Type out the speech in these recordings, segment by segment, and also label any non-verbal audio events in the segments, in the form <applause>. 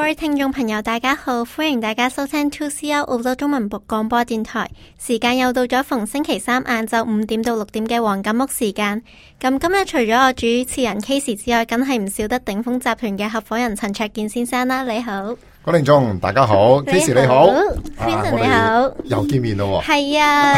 位聽眾朋友，大家好，歡迎大家收聽 2CR 澳洲中文部廣播電台。時間又到咗逢星期三晏晝五點到六點嘅黃金屋時間。咁今日除咗我主持人 Case 之外，梗係唔少得鼎豐集團嘅合夥人陳焯楗先生啦。你好，郭令忠，大 <laughs> 家好，Kiss 你好啊 f r 你好，又見面咯係 <laughs> 啊，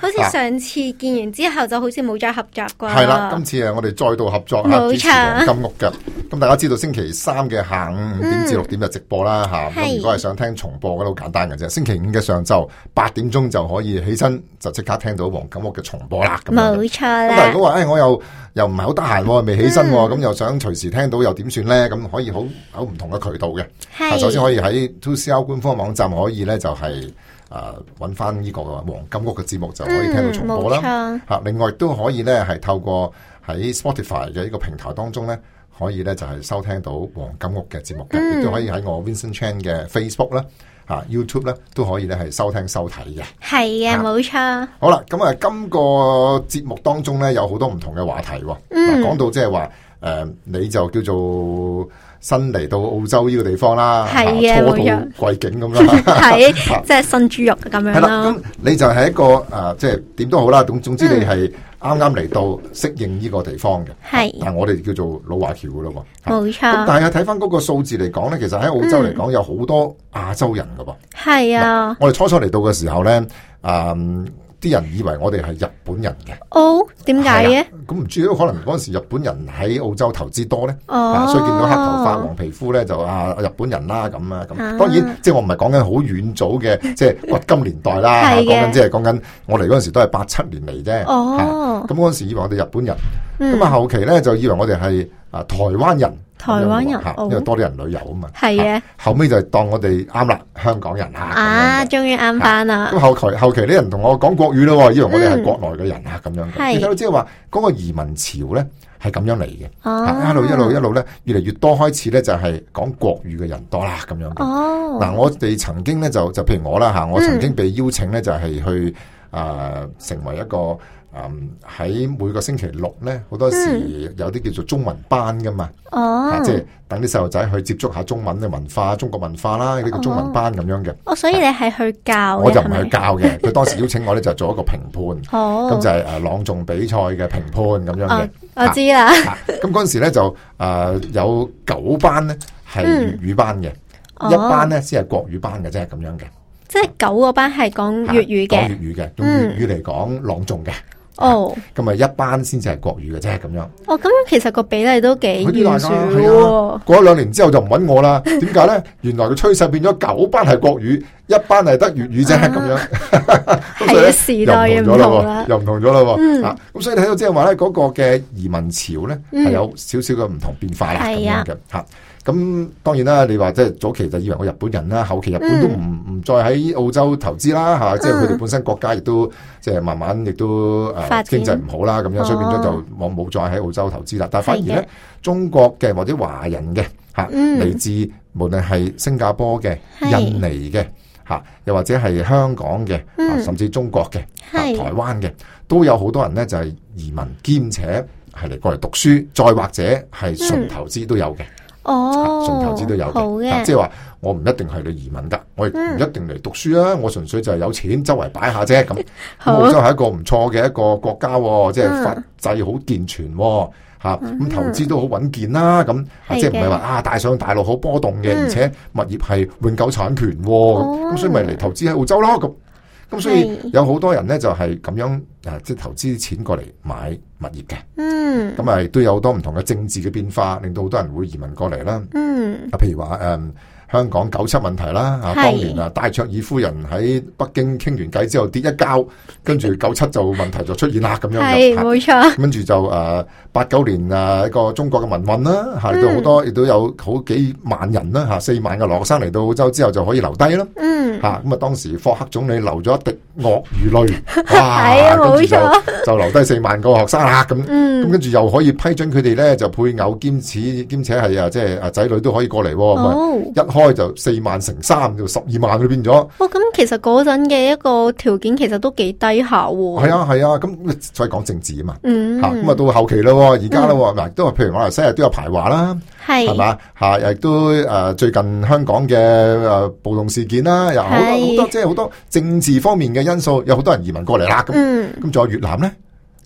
好似上次見完之後就好似冇再合作喎，過。係啦，今次啊誒我哋再度合作啊，冇錯主持黃金屋嘅，咁大家知道星期三嘅下午五點至六點就直播啦吓，係咁如果係想聽重播嗰度簡單嘅啫，星期五嘅上晝八點鐘就可以起身就即刻聽到黃金屋嘅重播啦，咁樣冇錯咁但係啦如。果話，哎誒我又又唔係好得閒喎，未起身嗯喎，咁又想隨時聽到又點算咧？咁可以好好唔同嘅渠道嘅。啊首先可以喺 Two C R 官方網站可以咧就係誒揾翻呢個黃金屋嘅節目就可以聽到重播啦。嗯嚇、另外都可以咧係透過喺 Spotify 嘅呢個平台當中咧。可以咧就係收聽到黃金屋嘅節目嘅，亦、都可以喺我 Vincent Chan 嘅 Facebook 啦、嚇 YouTube 咧都可以咧係收聽收睇嘅。係啊，啊冇錯，好啦，咁啊，今個節目當中咧有好多唔同嘅話題喎。嗱、嗯講到即係話誒，你就叫做新嚟到澳洲呢個地方啦，係啊啊初冇錯到貴境咁啦。係 <laughs> 即係信豬肉咁樣係啦，咯。咁你就係一個誒、呃即係點都好啦。總總之你係啱啱嚟到適應呢個地方嘅。啊係但係我哋叫做老華僑噶咯喎。啊冇咁錯，嗯但係睇翻嗰個數字嚟講咧，其實喺澳洲嚟講有好多亞洲人噶噃。係啊，我哋初初嚟到嘅時候咧，誒、啲人以為我哋係日本人嘅。哦，點解係嘅啊？？咁唔知可能嗰陣時日本人喺澳洲投資多咧，哦，啊所以見到黑頭髮、黃皮膚咧就啊日本人啦咁啊咁啊。當然即係我唔係講緊好遠早嘅， <laughs> 即係掘金年代啦，啊係講嘅緊即係講緊我嚟嗰陣時都係八七年嚟啫。啊哦，咁嗰陣時以為我哋日本人，嗯咁啊後期咧就以為我哋係啊台灣人，台灣人咁樣喎嚇哦因為多啲人旅遊啊嘛。係嘅啊，後尾就當我哋啱啦，香港人啊咁樣嘅啊，終於啱翻啦咁，後期後期啲人同我講國語咯喎，以為我哋嗯係國內嘅人啊咁樣嘅。係你睇到即係話嗰個移民潮咧係咁樣嚟嘅，哦，啊一路一路一，路咧越嚟越多開始咧就係講國語嘅人多啦咁樣嘅。哦，嗯嗱，我哋曾經咧就就譬如我啦嚇，我曾經被邀請咧就係去啊成為一個。嗯，喺每個星期六咧，好多時有啲叫做中文班噶嘛，啊嗯哦，即係等啲細路仔去接觸下中文嘅文化、中國文化啦，呢個中文班咁樣嘅。哦，所以你係去教嘅，我就唔係去咪，教 <laughs> 嘅，佢當時邀請我咧就做一個評判，哦，咁就係誒朗誦比賽嘅評判咁樣嘅哦。，我知啦，啊咁嗰陣時咧就誒有九班咧係粵語班嘅，嗯哦一班咧先係國語班嘅啫，咁樣嘅。即係九個班係講嚇粵語啊嘅，講粵語嘅，用嗯粵語嚟講朗誦嘅，哦，咁啊一班先至係國語嘅啫，咁樣。哦，咁其實個比例都幾好啲懸大殊家喎，過咗兩年之後就唔揾我啦，點解咧？原來個趨勢變咗九班係國語，一班係得粵語啫，咁樣。 <laughs> 咁所以係呢啊，時代嘅又唔唔同咗同啦啦喎，，又唔同咗啦嗯喎。啊，咁所以睇到即係話咧，嗰個嘅移民潮咧嗯係有少少嘅唔同變化啦，咁係啊樣嘅嚇。咁當然啦，你話即係早期就以為我日本人啦，後期日本都唔嗯唔再喺澳洲投資啦嚇，即係佢哋本身國家亦都即係慢慢亦都發誒展經濟唔好啦，咁樣所以變咗哦就我冇再喺澳洲投資啦。但係反而係嘅咧，中國嘅或者華人嘅嚇嗯嚟自無論係新加坡嘅、係印尼嘅嚇，又或者係香港嘅，啊嗯甚至中國嘅。啊係台灣嘅，都有好多人咧就係、移民兼且係嚟過嚟讀書，再或者係純投資都有嘅，嗯哦，純投資都有好嘅，啊嘅即，係話我唔一定係嚟移民㗎，我亦唔嗯一定嚟讀書啊，我純粹就係有錢周圍擺下啫咁。咁好澳洲係一個唔錯嘅一個國家喎，即嗯係法制好健全喎。嚇咁投資都好穩健啦，咁啊係嘅即係唔係話啊大上大落好波動嘅，嗯而且物業係永久產權喎，哦咁所以咪嚟投資喺澳洲咯，咁咁所以係有好多人咧就係咁樣啊，即係投資錢過嚟買物業嘅，嗯咁咪都有好多唔同嘅政治嘅變化，令到好多人會移民過嚟啦。嗯，啊，譬如話誒、嗯香港九七問題啦，啊，係當年啊，戴卓爾夫人喺北京傾完偈之後跌一跤，跟住九七就問題就出現啦，咁樣係嘅嚇冇錯，跟住就誒八九年啊一個中國嘅民運啦，嗯嚇嚟到好多亦都有好幾萬人啦，嚇四萬嘅留學生嚟到澳洲之後就可以留低啦，嗯，嚇咁啊當時霍克總理流咗一滴鱷魚 <laughs> 淚，係啊哇，跟住冇就就留低四萬個學生啦咁。咁嗯，跟住又可以批准佢哋咧，就配偶兼此兼且係啊，即係啊仔女都可以過嚟喎。咁啊哦。一開就四萬乘三就十二萬佢變咗，哦，咁其實嗰陣嘅一個條件其實都幾低下喎。係啊係啊，咁所以講政治啊嘛，嗯，嚇咁啊到後期咯喎，而家咯喎，嗱都係譬如馬來西亞都有排華啦，係係嘛嚇，亦都誒最近香港嘅誒暴動事件啦，又好多係好多即係好多政治方面嘅因素，有好多人移民過嚟啦咁。嗯，咁仲有越南咧，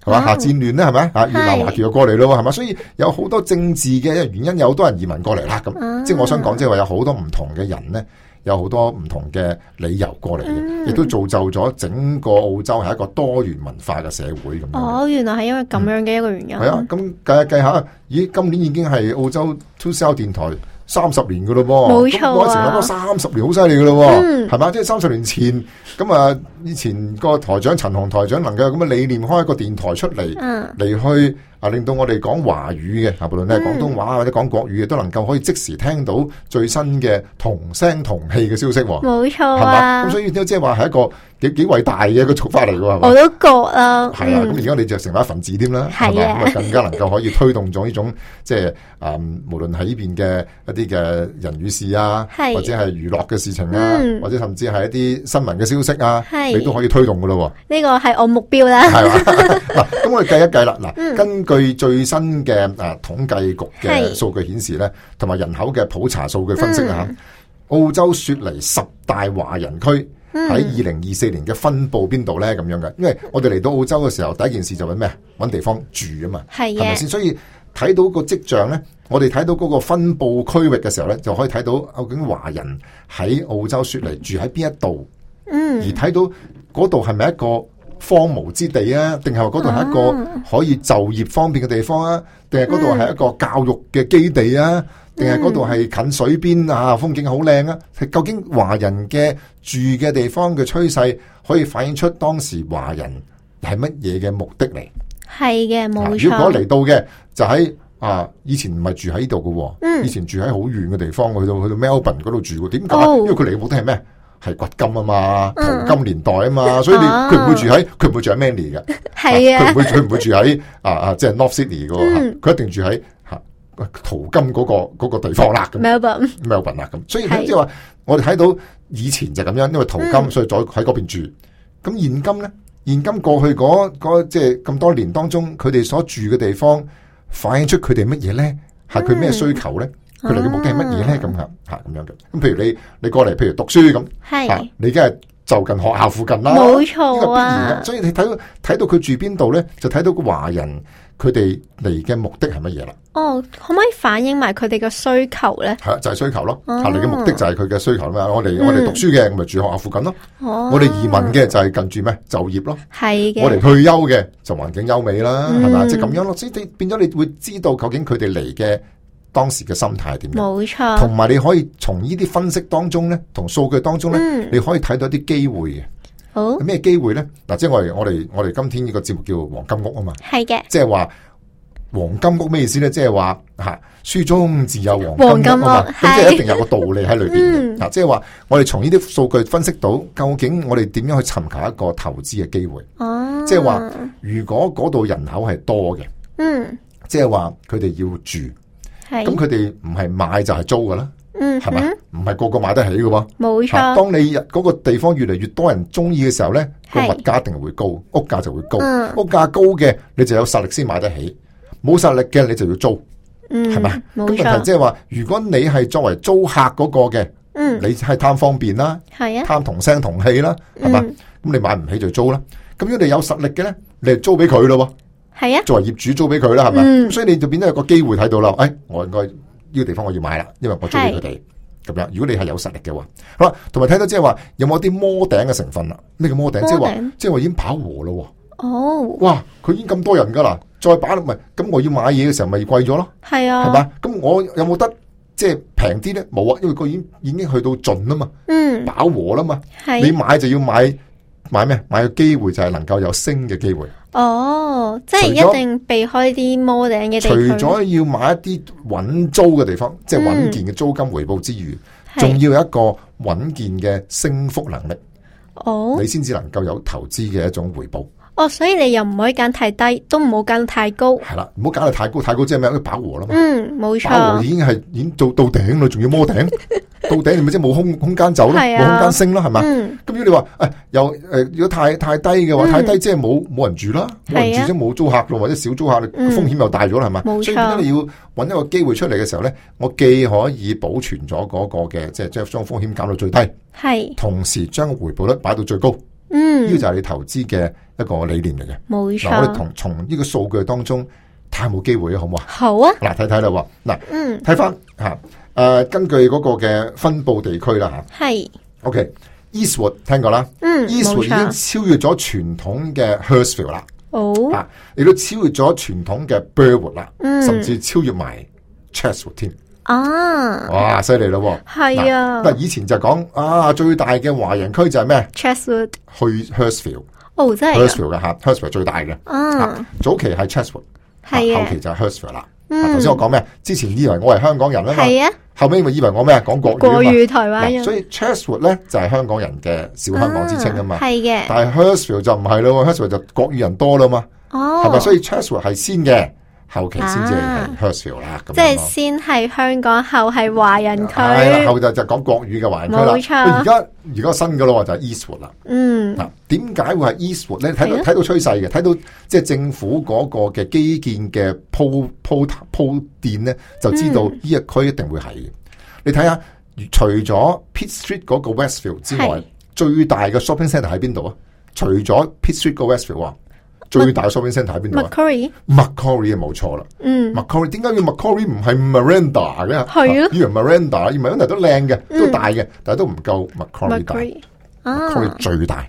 係嘛哦嚇戰亂咧，係咪嚇係越南華僑又過嚟咯，係嘛？所以有好多政治嘅原因，有好多人移民過嚟啦。咁、啊即係我想講，即係話有好多唔同嘅人咧，有好多唔同嘅理由過嚟嘅，嗯亦、都造就咗整個澳洲係一個多元文化嘅社會咁樣。哦，原來係因為咁樣嘅一個原因。係啊，咁計下計下，咦，今年已經係澳洲 Two C 電台三十年噶咯冇噃，錯咁啊嗰陣時諗到三十年好犀利噶咯嗯喎，係嘛？即係三十年前，咁啊，以前個台長陳雄台長能夠有咁嘅理念開一個電台出嚟，嗯，嚟去啊令到我哋講華語嘅，啊無論你係廣東話或者講國語嘅，都能夠可以即時聽到最新嘅同聲同氣嘅消息喎，冇錯係嘛？啊咁，所以即係話係一個幾幾偉大嘅一個做法嚟㗎喎，係嘛我？都覺啦。系啦，嗯啊咁而家你就成為一份子添啦，係啊係嘛，咁啊更加能夠可以推動咗呢種即係啊，嗯無論喺呢邊嘅一啲嘅人與事啊，係或者係娛樂嘅事情啊嗯，或者甚至係一啲新聞嘅消息啊，係你都可以推動噶咯呢個係我目標啦 <laughs> 喎，。 <laughs> 係嘛？嗱，咁我哋計一計啦，嗱，根據最新嘅啊統計局係嘅數據顯示咧，同埋人口嘅普查數據分析啊，澳洲雪梨十大華人區。喺二零二四年嘅分佈邊度呢？咁樣嘅，因為我哋嚟到澳洲嘅時候，第一件事就揾咩啊？揾地方住啊嘛，係係嘅咪先？所以睇到個跡象呢，我哋睇到嗰個分佈區域嘅時候呢，就可以睇到究竟華人喺澳洲雪梨住喺邊一度，而睇到嗰度係咪一個荒蕪之地啊？定係話嗰度係一個可以就業方便嘅地方啊？定係嗰度係一個教育嘅基地啊？定係嗰度係近水邊啊，風景好靚啊？究竟華人嘅住嘅地方嘅趨勢，可以反映出當時華人係乜嘢嘅目的嚟？係嘅，冇啊如錯。果嚟到嘅就喺啊，以前唔係住喺呢度嘅嗯喎，以前住喺好遠嘅地方，去到去到 Melbourne 嗰度住嘅。點解？哦因為佢嚟嘅目的係咩？係掘金啊嘛，嗯淘金年代啊嘛，所以你哦佢唔會住喺佢唔會住喺 Manly 嘅，係啊啊佢唔，會佢唔會住喺啊啊即係 North Sydney 嘅喎，嗯佢一定住喺嚇淘金嗰個嗰個地方啦咁。 Melbourne 咁有份啦咁，所以係即係話我哋睇到以前就咁樣，因為淘金，嗯所以再喺嗰邊住。咁現今咧，現今過去嗰嗰即係咁多年當中，佢哋所住嘅地方反映出佢哋乜嘢咧？係嗯佢咩需求咧？佢哋嘅目的係乜嘢咧？咁樣嚇咁樣嘅。咁譬如你你過嚟，譬如讀書咁，嚇啊係你梗係就近學校附近啦，冇呢個錯必然啊嘅。，所以你睇到睇到佢住邊度咧，就睇到個華人佢哋嚟嘅目的係乜嘢啦。哦，可唔可以反映埋佢哋嘅需求咧？系啊就係需求咯，哦吓你嘅目的就係佢嘅需求啊嘛。我哋嗯我哋讀書嘅，咁咪住學校附近咯。哦，我哋移民嘅就係近住咩就業咯。係嘅，我哋退休嘅就環境優美啦，嗯係咪啊？即係咁樣咯。所以你變咗你會知道究竟佢哋嚟嘅當時嘅心態係點樣，冇啊錯同，埋你可以從呢啲分析當中咧，同數據當中咧，嗯哦你可以睇到一啲機會嘅。好咩機會咧？嗱，即係我哋我哋我哋今天呢個節目叫黃金屋啊嘛。係嘅，即係話黃金屋咩意思咧？即係話吓書中自有黃黃金金屋屋啊嘛，咁即係係一定有個道理喺裏邊嗯嘅。嗱，啊即係話我哋從呢啲數據分析到，究竟我哋點樣去尋求一個投資嘅機會？哦，即係話，如果嗰度人口係多嘅，嗯，即係話佢哋要住，咁係，佢哋唔係買就係租噶啦，嗯係咪哼，？唔係個個買得起噶喎。冇嚇錯，當你嗰個地方越嚟越多人中意嘅時候咧，個係物價一定會高，屋價就會高。嗯屋價高嘅你就有實力先買得起，冇實力嘅你就要租，嗯，係咪？冇咁問題錯，即係話，如果你係作為租客嗰個嘅，嗯，你係貪方便啦，係啊，貪同聲同氣啦，係嘛？嗯咁你買唔起就租啦。咁如果你有實力嘅咧，你就租俾佢咯喎。係啊，作為業主租俾佢啦，係咪？嗯咁所以你就變咗有個機會睇到啦。誒、哎我應該呢、個地方我要買啦，因為我租俾佢哋咁樣。如果你係有實力嘅話，好啦，同埋睇到即係話有冇啲摩頂嘅成分啦？咩叫摩頂？摩頂即係話即係話已經飽和咯哦喎，，哇！佢已經咁多人㗎啦，再擺落咪咁我要買嘢嘅時候咪貴咗咯，係係啊，嘛？咁我有冇得即係平啲咧？冇啊，因為佢已經已經去到盡啦嘛，嗯，飽和啦嘛。你係，買就要買買咩？買個機會就係能夠有升嘅機會。哦，即係除咗一定避開啲摩頂嘅地除區，嗯咗要買一啲穩租嘅地方，即係穩健嘅租金回報之餘，仲、係，要有一個穩健嘅升幅能力，哦，你先至能夠有投資嘅一種回報。哦，所以你又唔可以揀太低，都唔好揀太高。係啦，唔好搞到太高，太高即係咩？因為飽和啦嘛，嗯，冇飽和錯，已經係已經到到頂啦，仲要摸頂， <laughs> 到頂你咪即係冇空空間走咯，係冇啊空間升咯，係咪？嗯，咁如果你話誒、哎又誒、呃如果太太低嘅話，嗯太低即係冇冇人住啦，冇人係啊住即係冇租客咯，或者少租客，嗯風險又大咗啦，係嘛？冇錯所以點解你要揾一個機會出嚟嘅時候咧，我既可以保存咗嗰個嘅，即係將將風險減到最低，係，同時將回報率擺到最高，呢、個嗯，就係你投資嘅一個理念嚟嘅。冇嗱，我哋錯，同從呢個數據當中太冇機會啦，好唔好啊？好啊，嗱，睇睇啦喎，嗱，嗯，睇翻嚇，誒、根據嗰個嘅分佈地區啦嚇係， ，OK，Eastwood 聽過啦。嗯，冇 Eastwood 已經錯，超越咗傳統嘅 Hurstville 啦，好，啊，亦都超越咗傳統嘅 Burwood 啦，嗯甚至超越埋 Chatswood 添，啊，哇，犀利咯！係啊嗱，以前就講啊，最大嘅華人區就係咩？ ，Chesswood，去哦，真係㗎，Hurstville，Hurstville 嘅吓，Hurstville 最大嘅，啊，早期係 Chatswood，啊係後啊期，就係 Hurstville 啦。嗯啊頭先我講咩？之前以為我係香港人啊嘛，係啊，後尾咪以為我咩講國語啊國嘛語台灣嗱，人所，以 Chatswood 咧就係香港人嘅小香港之稱啊嘛。係嘅，但係 Hurstville 就唔係咯，Hurstville 就國語人多啦嘛，哦，係咪？所以 Chatswood 係先嘅，後期先至係啊 Hurstville 啦，咁即係樣咯。啊先係香港，後係華人係啦，區，後就就講國語嘅環區冇錯啦。而家而家新嘅咯，就係 Eastwood 啦。嗯，嗱，點解會係 Eastwood 咧？睇係到啊睇到趨勢嘅，睇到即係政府嗰個嘅基建嘅鋪鋪鋪墊咧，就知道嗯呢一區一定會係嘅。你睇下，除咗 Pitt Street 嗰個 Westfield 之外係，最大嘅 shopping centre 喺邊度啊？除咗 Pitt Street 個 Westfield 啊，最大嘅 shopping centre 喺邊度啊 Macquarie， ？Macquarie 啊冇錯啦嗯， ，Macquarie 點解叫 Macquarie 唔係 Miranda 嘅？係啊嗯以為 Miranda，以為 Miranda 都靚嘅，都大嘅，但係都唔夠 Macquarie 大 Macquarie，啊， ，Macquarie 最大。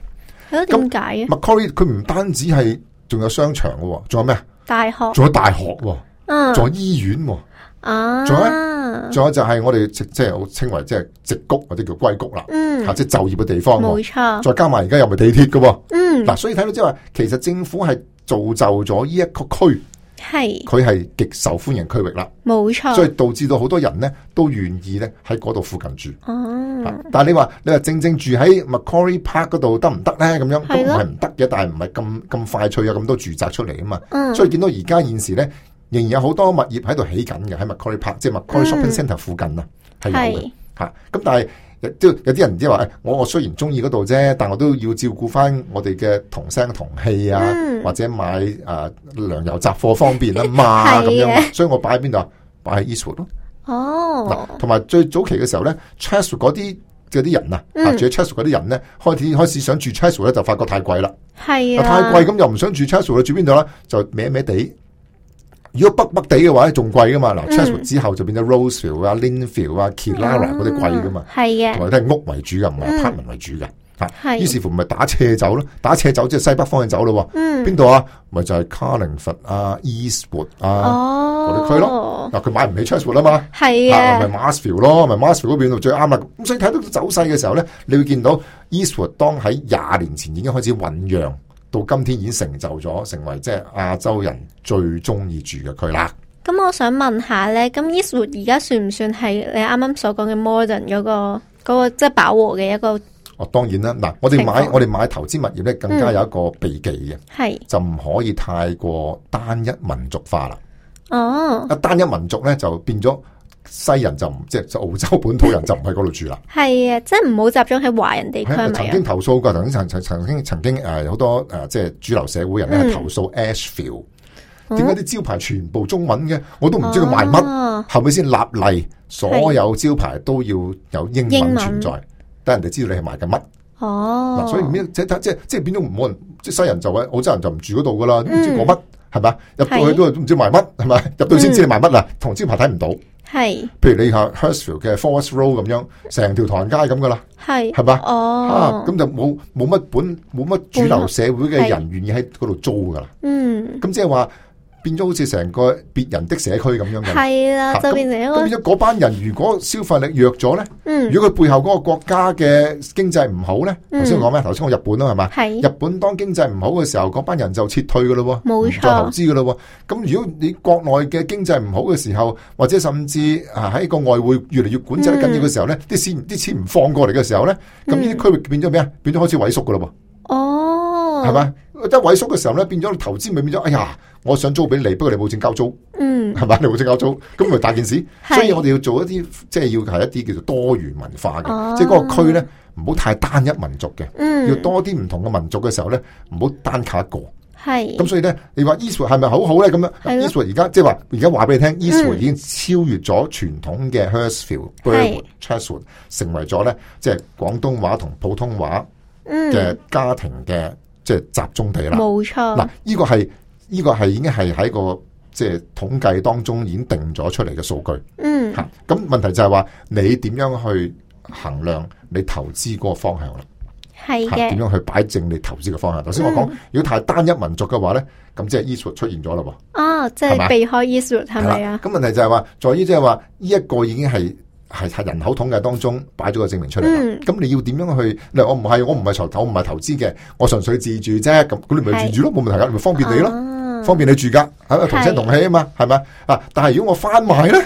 係咯，點解啊？ Macquarie 佢唔單止係仲有商場嘅喎，仲有咩啊？大學，仲有大學喎，哦嗯，仲有醫院喎，啊，仲有仲有就係我哋即即係我稱為即係直谷或者叫硅谷啦，啊嗯嚇，即係就業嘅地方冇喎。錯，再加埋而家又咪地鐵嘅喎，嗯，嗱，所以睇到即係話，其實政府係造就咗呢一個區，係佢係極受歡迎區域啦，冇所以錯，導致到好多人呢都願意呢喺嗰度附近住。啊哦，但係你話你話正正住喺 Macquarie Park 嗰度得唔得咧？咁樣都係唔咯係唔得嘅，但係唔係咁咁快脆有咁多住宅出嚟啊嘛。嗯所以見到而家現時咧，仍然有好多物業喺度起緊嘅喺 Macquarie Park，即係 Macquarie 嗯 Shopping Centre 附近啊，係有嘅係嚇。咁但係有都有啲人即係話，誒我我雖然中意嗰度啫，但我都要照顧翻我哋嘅同聲同氣啊，嗯或者買誒糧油雜貨方便啊嘛 <laughs> 係咁啊樣。所以我擺喺邊度啊？擺喺 Eastwood 咯。嗱哦，，同埋最早期嘅時候咧 c h e s s 嗰啲嗰啲人啊，嗯啊住喺 c h e s s 嗰啲人咧，開始開始想住 c h e s s 咧，就發覺太貴啦，係啊啊，太貴咁又唔想住 c h e s s 啦，住邊度咧就歪歪地。如果北北地嘅話咧，仲貴噶嘛？嗯嗱 c h e s s 之後就變咗 Roseville 啊、Linfield 啊、Killara 嗰啲貴噶嘛，嗯，係嘅，同埋都係屋為主嘅，唔係嗯 apartment 為主嘅。嚇，係於是乎咪打斜走咯，打斜走即係西北方向走咯喎。嗯，邊度啊？咪就係卡靈佛啊、Eastwood 啊，哦，嗰啲區咯，嗱佢買唔起 c h e s s 啊嘛。係啊，咪啊， Marsfield 咯，咪 Marsfield 嗰邊就最啱啦。咁所以睇到走勢嘅時候咧，你會見到 Eastwood 當喺廿年前已經開始醖釀，到今天已經成就咗，成為即係亞洲人最中意住嘅區啦。咁我想問下咧，咁 Eastwood 而家算唔算係你啱啱所講嘅 modern 嗰個嗰個即係飽和嘅一個哦，當然啦，嗱，我哋情買況嗯我哋買投資物業咧，更加有一個避忌嘅，係？就唔可以太過單一民族化啦。哦，一單一民族咧就變咗西人就唔即係就澳洲本土人就唔喺嗰度住啦。係啊，即係唔好集中喺華人地區係係咪曾啊經？投訴過，曾經曾曾曾經曾經誒有好多誒即係主流社會人咧嗯投訴 Ashfield，哦點解啲招牌全部中文嘅？我都唔知佢賣乜，哦後尾先立例，所有招牌都要有英英文文存在，等人哋知道你係賣緊乜。哦嗱，，所以咩即係即係即係變咗冇人，即係西人就喺澳洲人就唔住嗰度噶啦，都唔知嗯講乜係咪啊？入到去係嗯都唔知賣乜係咪？入到先知你賣乜啊？同招牌睇唔到，係譬如你下 Hurstville 嘅 Forest Road 咁樣，成條唐人街咁噶啦，係係咪啊啊哦，，咁就冇冇乜本冇乜主流社會嘅人願意喺嗰度租噶啦，嗯，咁即係話變咗好似成個別人的社區咁樣嘅。係啦，嚇就變成一咁個變咗嗰班人，如果消費力弱咗咧，嗯如果佢背後嗰個國家嘅經濟唔好咧，嗯頭先我講咩？啊頭先我日本啦，係嘛？係日本當經濟唔好嘅時候，嗰班人就撤退噶咯喎，冇唔錯再投資噶咯喎。咁如果你國內嘅經濟唔好嘅時候，或者甚至啊喺個外匯越嚟越管制得緊要嘅時候嗯咧，啲錢啲錢唔放過嚟嘅時候咧，咁呢啲區域變咗咩啊？變咗開始萎縮噶咯喎。哦，係咪？一萎縮嘅時候咧，變咗投資咪變咗，哎呀，我想租俾你，不過你冇證交租，嗯，係咪？ <laughs> 你冇證交租，咁咪大件事。係所以我哋要做一啲，即係要係一啲叫做多元文化嘅，哦即係嗰個區咧唔好太單一民族嘅，嗯，要多啲唔同嘅民族嘅時候咧，唔好單靠一個。係，咁所以咧，你話 Eastwood 係咪好好咧？咁係樣咯嗯 Eastwood 而家即係話，而家話俾你聽，Eastwood 已經超越咗傳統嘅 Hurstville、Burwood、Chatswood，成為咗咧即係廣東話同普通話嗯，嘅家庭嘅即係集中地啦。冇嗱錯，，呢個係呢個係已經係喺個即係統計當中已經定咗出嚟嘅數據嗯，嚇。咁問題就係話你點樣去衡量你投資嗰個方向啦？係嚇點嘅，嗯樣去擺正你投資嘅方向？頭先我講，如果太單一民族嘅話咧，咁即係 Eastwood 出現咗啦喎。哦，即係嘛係避開 Eastwood 係咪啦啊？咁問題就係話，在於即係話呢一個已經係係係人口統計當中擺咗個證明出嚟啦嗯。咁、你要點樣去？嗱，我唔係我唔係投投唔係投資嘅，我純粹自住啫。咁咁你咪自住咯，冇問題噶，咪哦方便你咯，咯方便你住噶，係咪同聲同氣啊嘛？係咪啊？但係如果我翻賣咧，哦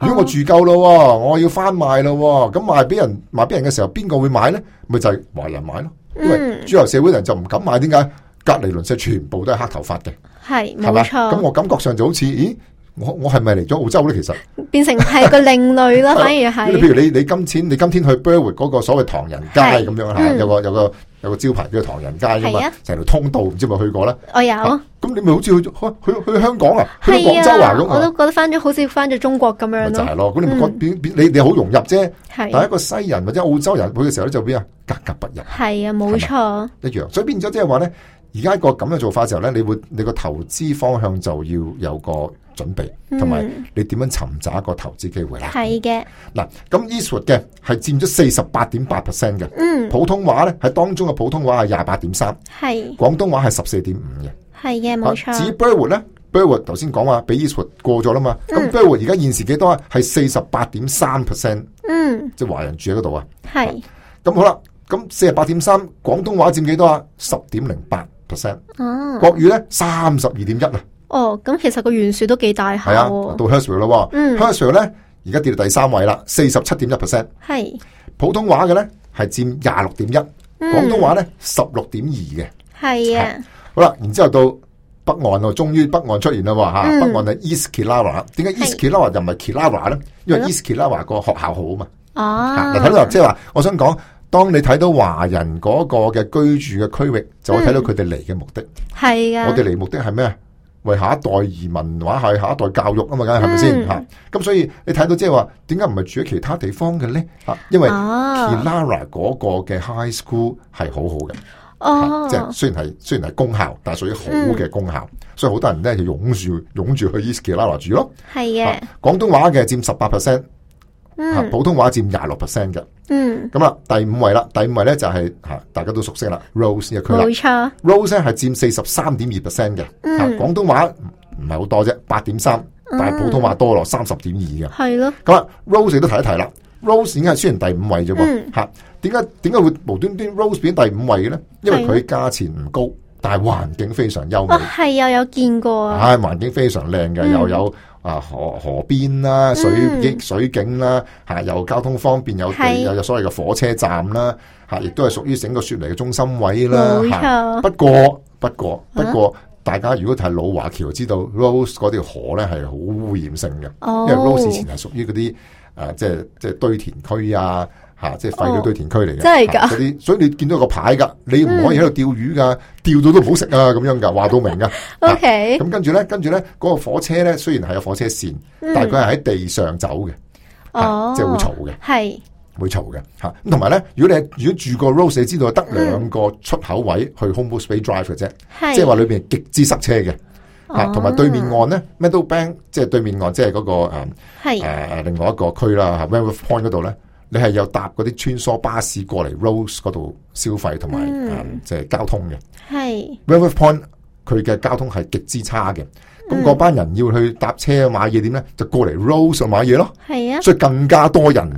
如果我住夠咯，我要翻賣咯，咁賣俾人賣俾人嘅時候，邊個會買咧？咪就係華人買咯，因為嗯主流社會人就唔敢買，點解？隔離鄰舍全部都係黑頭髮嘅。係係嘛？冇咁錯，我感覺上就好似，咦，我我係咪嚟咗澳洲咧？其實，變成係個另類 <laughs> 咯，係反而你譬係，如你你今天你今天去 Burwood 嗰個所謂唐人街係咁樣嚇，嗯有個有個有個招牌叫唐人街噶嘛係啊，成條通道唔知有冇去過咧？我哦有啊。咁你咪好似去咗去去去香港啊，去咗係廣州啊咁我都啊，覺得翻咗好似翻咗中國咁咪樣就係咯，咯。咁你咪覺嗯變變你你好融入啫，但係係啊一個西人或者澳洲人去嘅時候咧就變啊格格不入。係啊，冇錯，一樣，所以變咗即係話咧，而家個咁嘅做法嘅時候咧，你會你個投資方向就要有個準備，嗯同埋你點樣尋找一個投資機會啦。係嘅，嗱，咁 Eastwood 嘅係佔咗四十八點八 percent 嘅，嗯，普通話咧喺當中嘅普通話係廿八點三，係廣東話係十四點五嘅。係嘅，冇啊至於錯， Burwood 咧，Burwood 頭先講話俾 Eastwood 過咗啦嘛，咁 Burwood 而家現時幾多啊？係四十八點三 percent，嗯，即係華人住喺嗰度啊。係，咁好啦，咁四十八點三，廣東話佔幾多啊？十點零八 percent。哦，國語咧三十二點一啊，哦，咁其實個懸殊都幾大下係啊，喎，到 Hurstville 咯嗯，Hurstville 咧而家跌到第三位啦，四十七點一 percent，係，普通話嘅咧係佔廿六點一，嗯廣東話咧十六點二嘅，係啊，好啦，然之後到北岸咯，終於北岸出現啦喎嚇，嗯北岸係 East Killara，點解 East Killara 就唔係 Killara 咧？因為 East Killara 個學校好啊嘛，哦，嗱睇到即係話，我想講。當你睇到華人嗰個嘅居住嘅區域，就會睇到佢哋嚟嘅目的。係啊噶，我哋嚟目的係咩？啊為下一代移民或者係下一代教育啊嘛，梗係係咪先嗯吓？咁、所以你睇到即係話，點解唔係住喺其他地方嘅咧？吓，因為哦 Kilara 嗰個嘅 High School 係好好嘅，哦嗯嚇，即係雖然係雖然係公校，但係屬於好嘅公校，所以好多人咧就湧住湧住去 East Kilara 住咯。係嚇嘅，廣東話嘅佔十八 percent，嗯普通話佔廿六 percent 嘅。嗯，咁啦，啊第五位啦，第五位咧就係、嚇大家都熟悉啦，Rose 呢個區啦冇。錯， Rose 咧係佔四十三點二 percent 嘅，嗯啊廣東話唔係好多啫，八點三，但係普通話多咯，三十點二嘅。係咯，咁啊，Rose 亦都提一提啦，Rose 已經係雖然第五位啫嗯喎，嚇點解點解會無端端 Rose 變咗第五位嘅咧？因為佢價錢唔高，但係環境非常優美哦，，係啊，有見過啊，唉，環境非常靚嘅，嗯又有啊河河邊啦、水嗯景水景啦，嚇又交通方便，有係地又有所謂嘅火車站啦，嚇亦都係屬於整個雪梨嘅中心位啊啦，冇嚇錯不過不過不過，大家如果睇老華僑就知道 Rose 嗰條河咧係好污染性嘅，哦因為 Rose 以前係屬於嗰啲誒即係即係堆填區啊。嚇，即係廢哦咗堆填區嚟嘅，真係㗎嗯嚇嗰啲，所以你見到有個牌㗎，你唔可以喺度釣魚㗎，釣到都唔好食啊，咁樣㗎，話到明㗎。嚇 OK，咁跟住咧，跟住咧，嗰、個火車咧，雖然係有火車線，但係佢係喺地上走嘅，嗯哦啊，即係會嘈嘅，係，會嘈嘅嚇。咁同埋咧，如果你係如果住過 Rose，你知道得兩個出口位去 Homebush Bay Drive 嘅啫，係，即係話裏邊極之塞車嘅嚇，哦同埋對面岸咧 Meadow Bank，即係對面岸，即係嗰、個誒誒、係，誒另外一個區啦嚇 w e n w o r t h Point 嗰度咧。你係有搭嗰啲穿梭巴士過嚟 Rose 嗰度消費同埋嗯誒即係交通嘅，係， w e l w o r t Point 佢嘅交通係極之差嘅，嗯咁嗰班人要去搭車買嘢點咧，就過嚟 Rose 度買嘢咯，係啊，所以更加多人，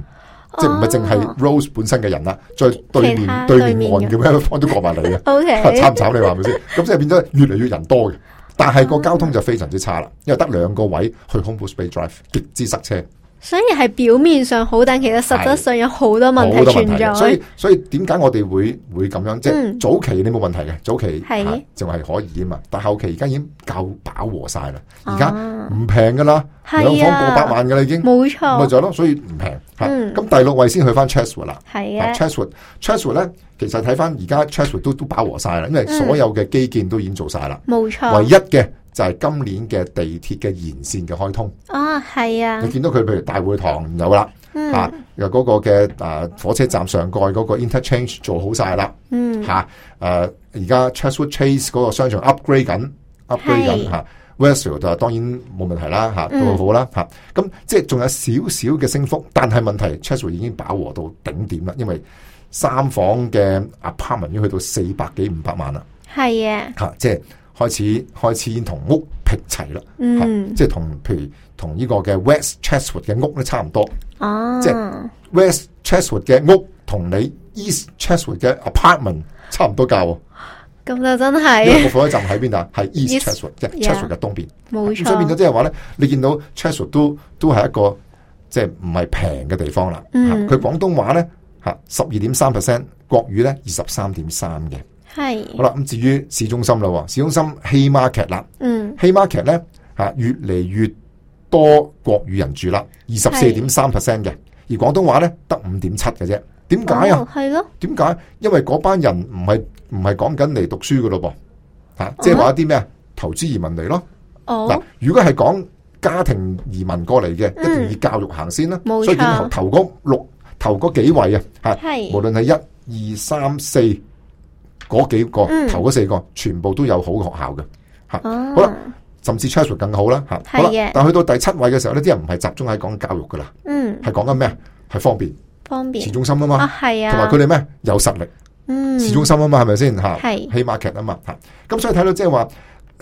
即係唔係淨哦係 Rose 本身嘅人啦，再對其面他對面岸對面嘅嘅 w e l w o r t Point 都過 <laughs> 埋嚟嘅， OK，慘唔慘？你話係咪先？咁即係變咗越嚟越人多嘅，哦但係個交通就非常之差啦，因為得兩個位去 Homebush Bay Drive，極之塞車。所以係表面上好，但其實實質上有好多問好題多問存題在嘅。。所以所以點解我哋會會咁樣？即嗯係早期你冇問題嘅，早期係啊就係可以啊嘛。但後期而家已經夠飽和晒啦，而家啊唔平噶啦，係兩啊房過百萬噶啦已經，冇咪錯，就係咯，所以唔平。嚇嗯咁第六位先去翻 Chesswood 啦。係啊嘅， Chesswood，Chesswood 咧，其實睇翻而家 Chesswood 都都飽和晒啦，因為嗯所有嘅基建都已經做晒啦。冇唯錯。一嘅就係今年嘅地鐵嘅延線嘅開通，啊，係啊你，見到佢譬如大會堂有啦，嚇嗯啊又嗰個嘅啊火車站上蓋嗰個 interchange 做好晒啦，嗯，嚇誒而家 Chatswood Chase 嗰個商場 upgrade 緊，upgrade 緊係嚇。Westfield 就當然冇問題啦，嚇嗯都好啦，嚇咁即係仲有少少嘅升幅，但係問題 Chatswood 已經飽和到頂點啦，因為三房嘅 apartment 已經去到四百幾五百萬啦，係啊，嚇即係開始開始同屋平齊啦。嗯，即係同譬如同呢個嘅 West Chatswood 嘅屋咧差唔多哦，啊即，West Chatswood 嘅屋同你 East Chatswood 嘅 apartment 差唔多價喎，咁就真因係為個火車站喺邊啊？係 East 哎 East， Chatswood 即係 yeah Chatswood 嘅東邊，冇咁所以變咗錯，即係話咧，你見到 Chatswood 都都係一個即係唔係平嘅地方啦。嗯嚇佢廣東話咧嚇十二點三 percent，國語咧二十三點三嘅。好係，啦，咁至於市中心啦喎，市中心 Haymarket 啦。嗯，希 market 咧嚇越嚟越多國語人住啦，二十四點三 percent 嘅，而廣東話咧得五點七嘅啫。點解啊哦？？係咯，點解？因為嗰班人唔係唔係講緊嚟讀書嘅咯噃嚇，即係話一啲咩啊？投資移民嚟咯。嗱哦，，如果係講家庭移民過嚟嘅，嗯一定以教育行先啦。冇錯所以點頭頭嗰六頭嗰幾位啊嚇，係無論係一二三四嗰幾個嗯頭嗰四個，全部都有好學校嘅嚇。哦，好啦甚至 Chatswood 更好啦嚇。係好嘅啦，但去到第七位嘅時候呢啲人唔係集中喺講教育噶啦，嗯，係講緊咩啊？係方便方市便，中心啊啊，嘛，係同啊，埋佢哋咩有實力嗯，市中心啊嘛，係咪先嚇？係希 market 啊嘛嚇，咁所以睇到即係話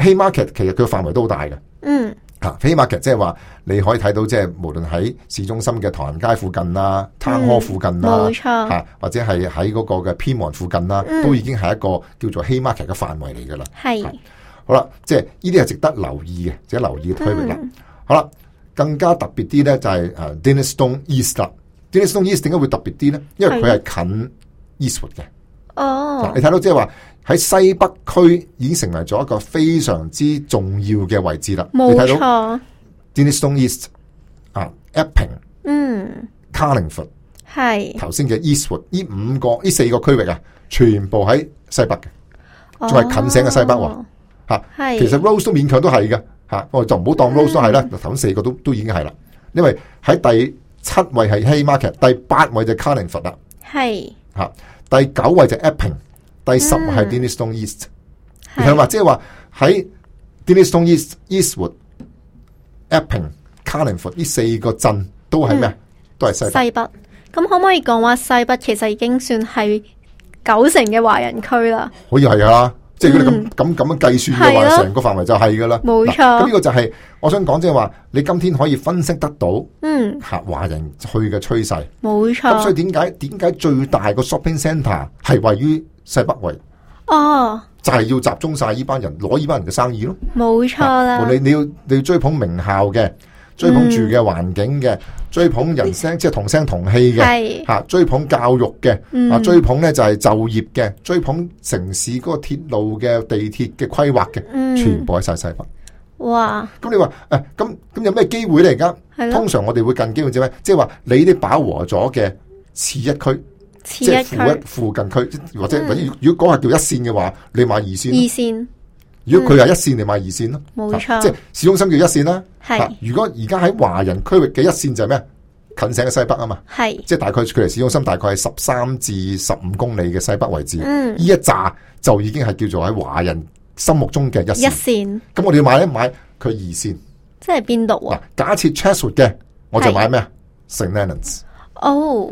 希 market 其實佢範圍都好大嘅。嗯，嚇，希 market 即係話你可以睇到，即係無論喺市中心嘅唐人街附近啦、灘河附近啦嗯冇，錯，嚇或者係喺嗰個嘅偏門附近啦，嗯都已經係一個叫做希 market 嘅範圍嚟㗎啦。係，好啦，即係呢啲係值得留意嘅，值得留意嘅區域啦。嗯，好啦，更加特別啲咧就係誒 Denistone East 啦。Denistone East 點解會特別啲咧？因為佢係近 Eastwood 嘅。嗱哦你，睇到即係話喺西北區已經成為咗一個非常之重要嘅位置啦。你冇睇到錯， Denistone East 啊，Epping、嗯， Carlingford 係，頭先嘅 Eastwood 呢五個呢四個區域啊，全部喺西北嘅。仲仲係近城嘅西北哦喎，嚇係，嗯其實 Rose 都勉強都係嘅嚇，我就唔好當 Rose 都係啦，頭先四個都都已經係啦，因為喺第七位係 Haymarket，第八位就 Carlingford 啦係，嚇，第九位就 Epping，第十位係嗯 Denistone East，你睇係嘛，即係話喺 Denistone East、Eastwood、Epping、Carlingford 呢四個鎮都係咩啊？都係西北。嗯西北，咁可唔可以講話西北其實已經算係九成嘅華人區啦？可以係噶啦，即係如果你嗯咁咁咁樣計算嘅係話，咯成個範圍就係噶啦。冇錯嗱咁呢個就係我想講，即係話你今天可以分析得到嗯，客華人去嘅趨啊勢。冇咁所錯，以點解點解最大個 shopping centre 係位於西北位？哦，就係要集中晒呢班人攞呢班人嘅生意咯。冇錯啦，啊嗯你你要你要追捧名校嘅，追捧住嘅環境嘅，追捧人聲即係同聲同氣嘅。係，吓追捧教育嘅，嗯啊追捧咧就係就業嘅，追捧城市嗰個鐵路嘅地鐵嘅規劃嘅，全嗯，部喺晒西北。哇，咁你話誒咁咁有咩機會咧？而家係咯通，常我哋會近機會啫咩？即係話你啲飽和咗嘅次一區，似即一係區附二一附近區，或者嗯或者如果講係叫一線嘅話，你買二線；線，如果佢係一線，你買二線咯。冇錯啊即係市中心叫一線啦。啊係如果而家喺華人區域嘅一線就係咩？近城嘅西北啊嘛。係，即係大概距離市中心大概係十三至十五公里嘅西北位置，呢、嗯，一扎就已經係叫做喺華人心目中嘅一一線。線，咁我哋買一買佢二線。即係邊度嗱啊？，假設 Chatswood 嘅，我就係買咩啊？St Leonards 哦，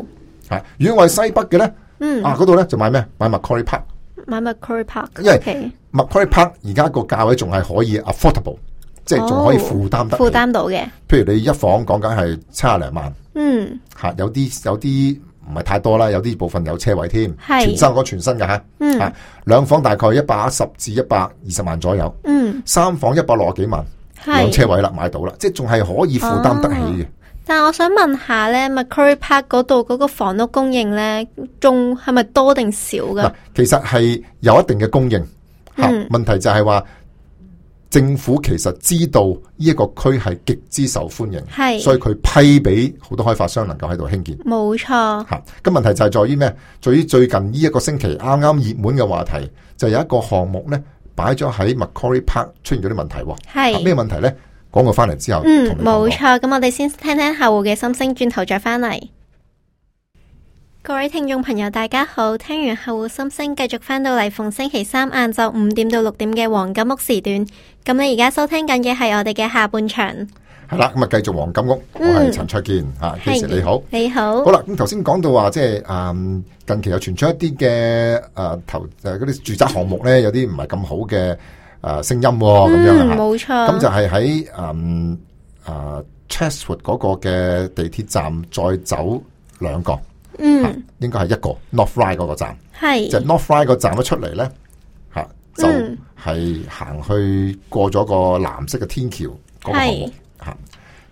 嚇。如果我係西北嘅咧，嗯，啊嗰度咧就買咩？買 Macquarie Park。買 Macquarie Park，因為 OK， Macquarie Park 而家個價位仲係可以 affordable，即係仲可以哦負擔得起。負擔到嘅，譬如你一房講緊係七廿零萬。嗯，吓，有啲有啲唔係太多啦，有啲部分有車位添，係全新嗰全新嘅吓，嗯吓兩房大概一百一十至一百二十萬左右，嗯，三房一百六十幾萬，兩係。哦車位啦，買到啦，即係仲係可以負擔得起嘅，但我想問下咧，Macquarie Park 嗰度嗰個房屋供應咧，仲係咪多定少嗱噶？，其實係有一定嘅供應吓，嗯問題就係話政府其實知道呢一個區係極之受歡迎，係所以佢批俾好多開發商能夠喺度興建冇錯，吓。咁問題就係在於咩？在於最近呢一個星期啱啱熱門嘅話題，就有一個項目咧擺咗喺 Macquarie Park 出現咗啲問題喎。啊係咩問題咧？講過翻嚟之後，嗯同你講冇過錯。咁我哋先聽聽客戶嘅心聲，轉頭再翻嚟。各位聽眾朋友，大家好！聽完客戶心聲，繼續翻到嚟逢星期三晏晝五點到六點嘅黃金屋時段。咁你而家收聽緊嘅係我哋嘅下半場。係啦，咁啊繼續黃金屋，我嗯係陳卓健吓，啊幾時你好？你好好。啦，咁頭先講到話，即係誒近期又傳出一啲嘅誒投呃誒嗰啲住宅項目咧，有啲唔係咁好嘅誒聲音喎咁樣嗯，啊冇嚇，咁錯就。係喺誒誒 Chatswood 嗰個嘅地鐵站再走兩個，嚇嗯，應該係一個 North Ryde 嗰個站，係啊就 North Ryde 個站一出嚟咧嚇，就嗯係行去過咗個藍色嘅天橋嗰個項目係嚇，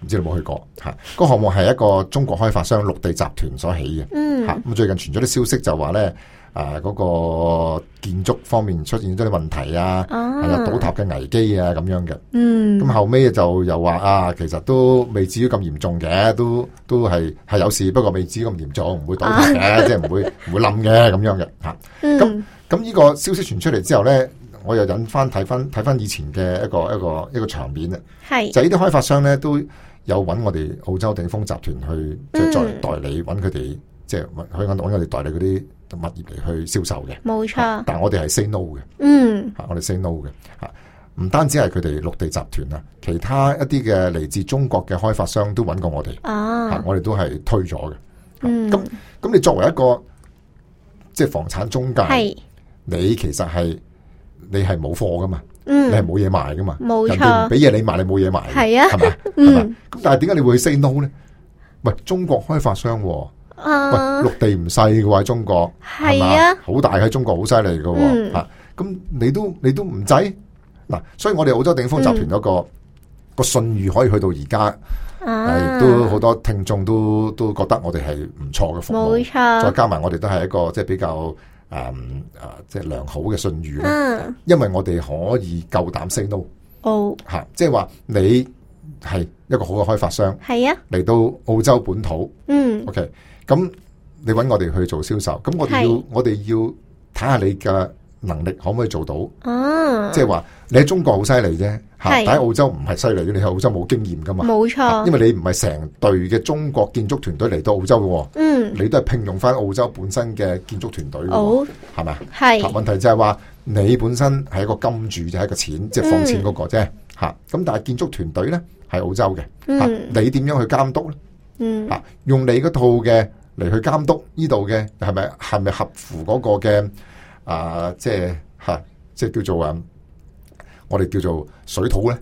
唔知你有冇去過嚇？嗰個項目係一個中國開發商綠地集團所起嘅。嗯吓咁、最近傳咗啲消息就話咧，啊嗰、個建築方面出現咗啲問題啊，哦係啦、倒塌嘅危機啊咁樣嘅。嗯咁後尾就又話啊，其實都未至於咁嚴重嘅，都都係係有事，不過未至於咁嚴重，唔會倒塌嘅， <laughs> 即係唔會唔會冧嘅咁樣嘅吓。啊嗯啊咁呢個消息傳出嚟之後咧，我又引翻睇翻睇翻以前嘅一個一個一個場面啊。係就呢啲開發商咧都有揾我哋澳洲鼎豐集團去即係嗯作為代理揾佢哋，即係揾揾揾我哋代理嗰啲物業嚟去銷售嘅。冇啊錯，但我哋係 say no 嘅，嗯啊我哋 say no 嘅，啊唔單止係佢哋陸地集團啊，其他一啲嘅嚟自中國嘅開發商都揾過我哋，啊哦，我哋都係推咗嘅。啊嗯咁咁你作為一個即係房產中介，係你其實係你係冇貨噶嘛，你係嗯冇嘢賣噶嘛，冇人哋唔錯，俾嘢你賣，你冇嘢賣嘅。係 <laughs> 啊，係咪？係咪嗯？咁但係點解你會 say no 咧？喂，中國開發商喎，喂，啊陸地唔細嘅喎，喺中國係嘛啊，好大喺中國好犀利嘅嗯喎，吓咁你都你都唔制嗱，所以我哋澳洲鼎豐集團嗰嗯個個信譽可以去到而家，啊係都好多聽眾都都覺得我哋係唔錯嘅服冇務，再錯，加埋我哋都係一個即係比較誒誒即係良好嘅信譽啦，嗯因為我哋可以夠膽 say no 哦吓，即係話你係一個好嘅開發商。係啊，嚟到澳洲本土嗯，OK，咁你揾我哋去做銷售，咁我哋係要我哋要睇下你嘅能力可唔可以做到，哦，即係話你喺中國好犀利啫，嚇，係嗯哦但喺澳洲唔係犀利，你喺澳洲冇經驗噶嘛，冇嚇因錯，為你唔係成隊嘅中國建築團隊嚟到澳洲嘅嗯喎，你都係聘用翻澳洲本身嘅建築團隊嘅喎，哦係咪啊？嚇係問題就係話你本身係一個金主，就係一個錢，即係放嗯錢嗰個啫，嚇。咁但係建築團隊咧係澳洲嘅，嚇嗯你點樣去監督咧？嗯啊，用你嗰套嘅嚟去監督呢度嘅係咪係咪合乎嗰個嘅啊，即係嚇、即係叫做啊，我哋叫做水土咧，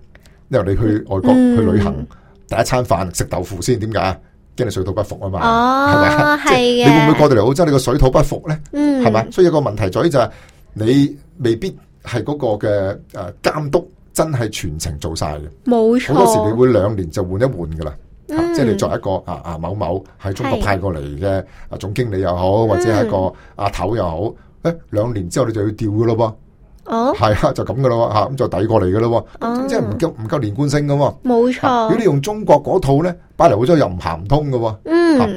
因為你去外國嗯去旅行，第一餐飯食豆腐先，點解啊？驚你水土不服啊嘛，係咪哦啊？ <laughs> 係即係你會唔會嘅，過到嚟澳洲你個水土不服咧？嗯係咪？所以有個問題在於就係你未必係嗰個嘅誒監督真係全程做晒嘅。冇錯，好多時你會兩年就換一換噶啦，嗯啊即係你作為一個啊啊某某喺中國係嗯派過嚟嘅啊總經理又好，或者係一個阿頭又好，誒兩年之後你就要調噶咯噃，哦係啊就 <laughs> 咁噶咯喎，嚇咁就抵過嚟噶咯喎，咁哦即係唔夠唔夠連貫性噶喎。冇啊如果你錯，用中國嗰套咧，擺嚟澳洲又唔行唔通噶喎。啊嗯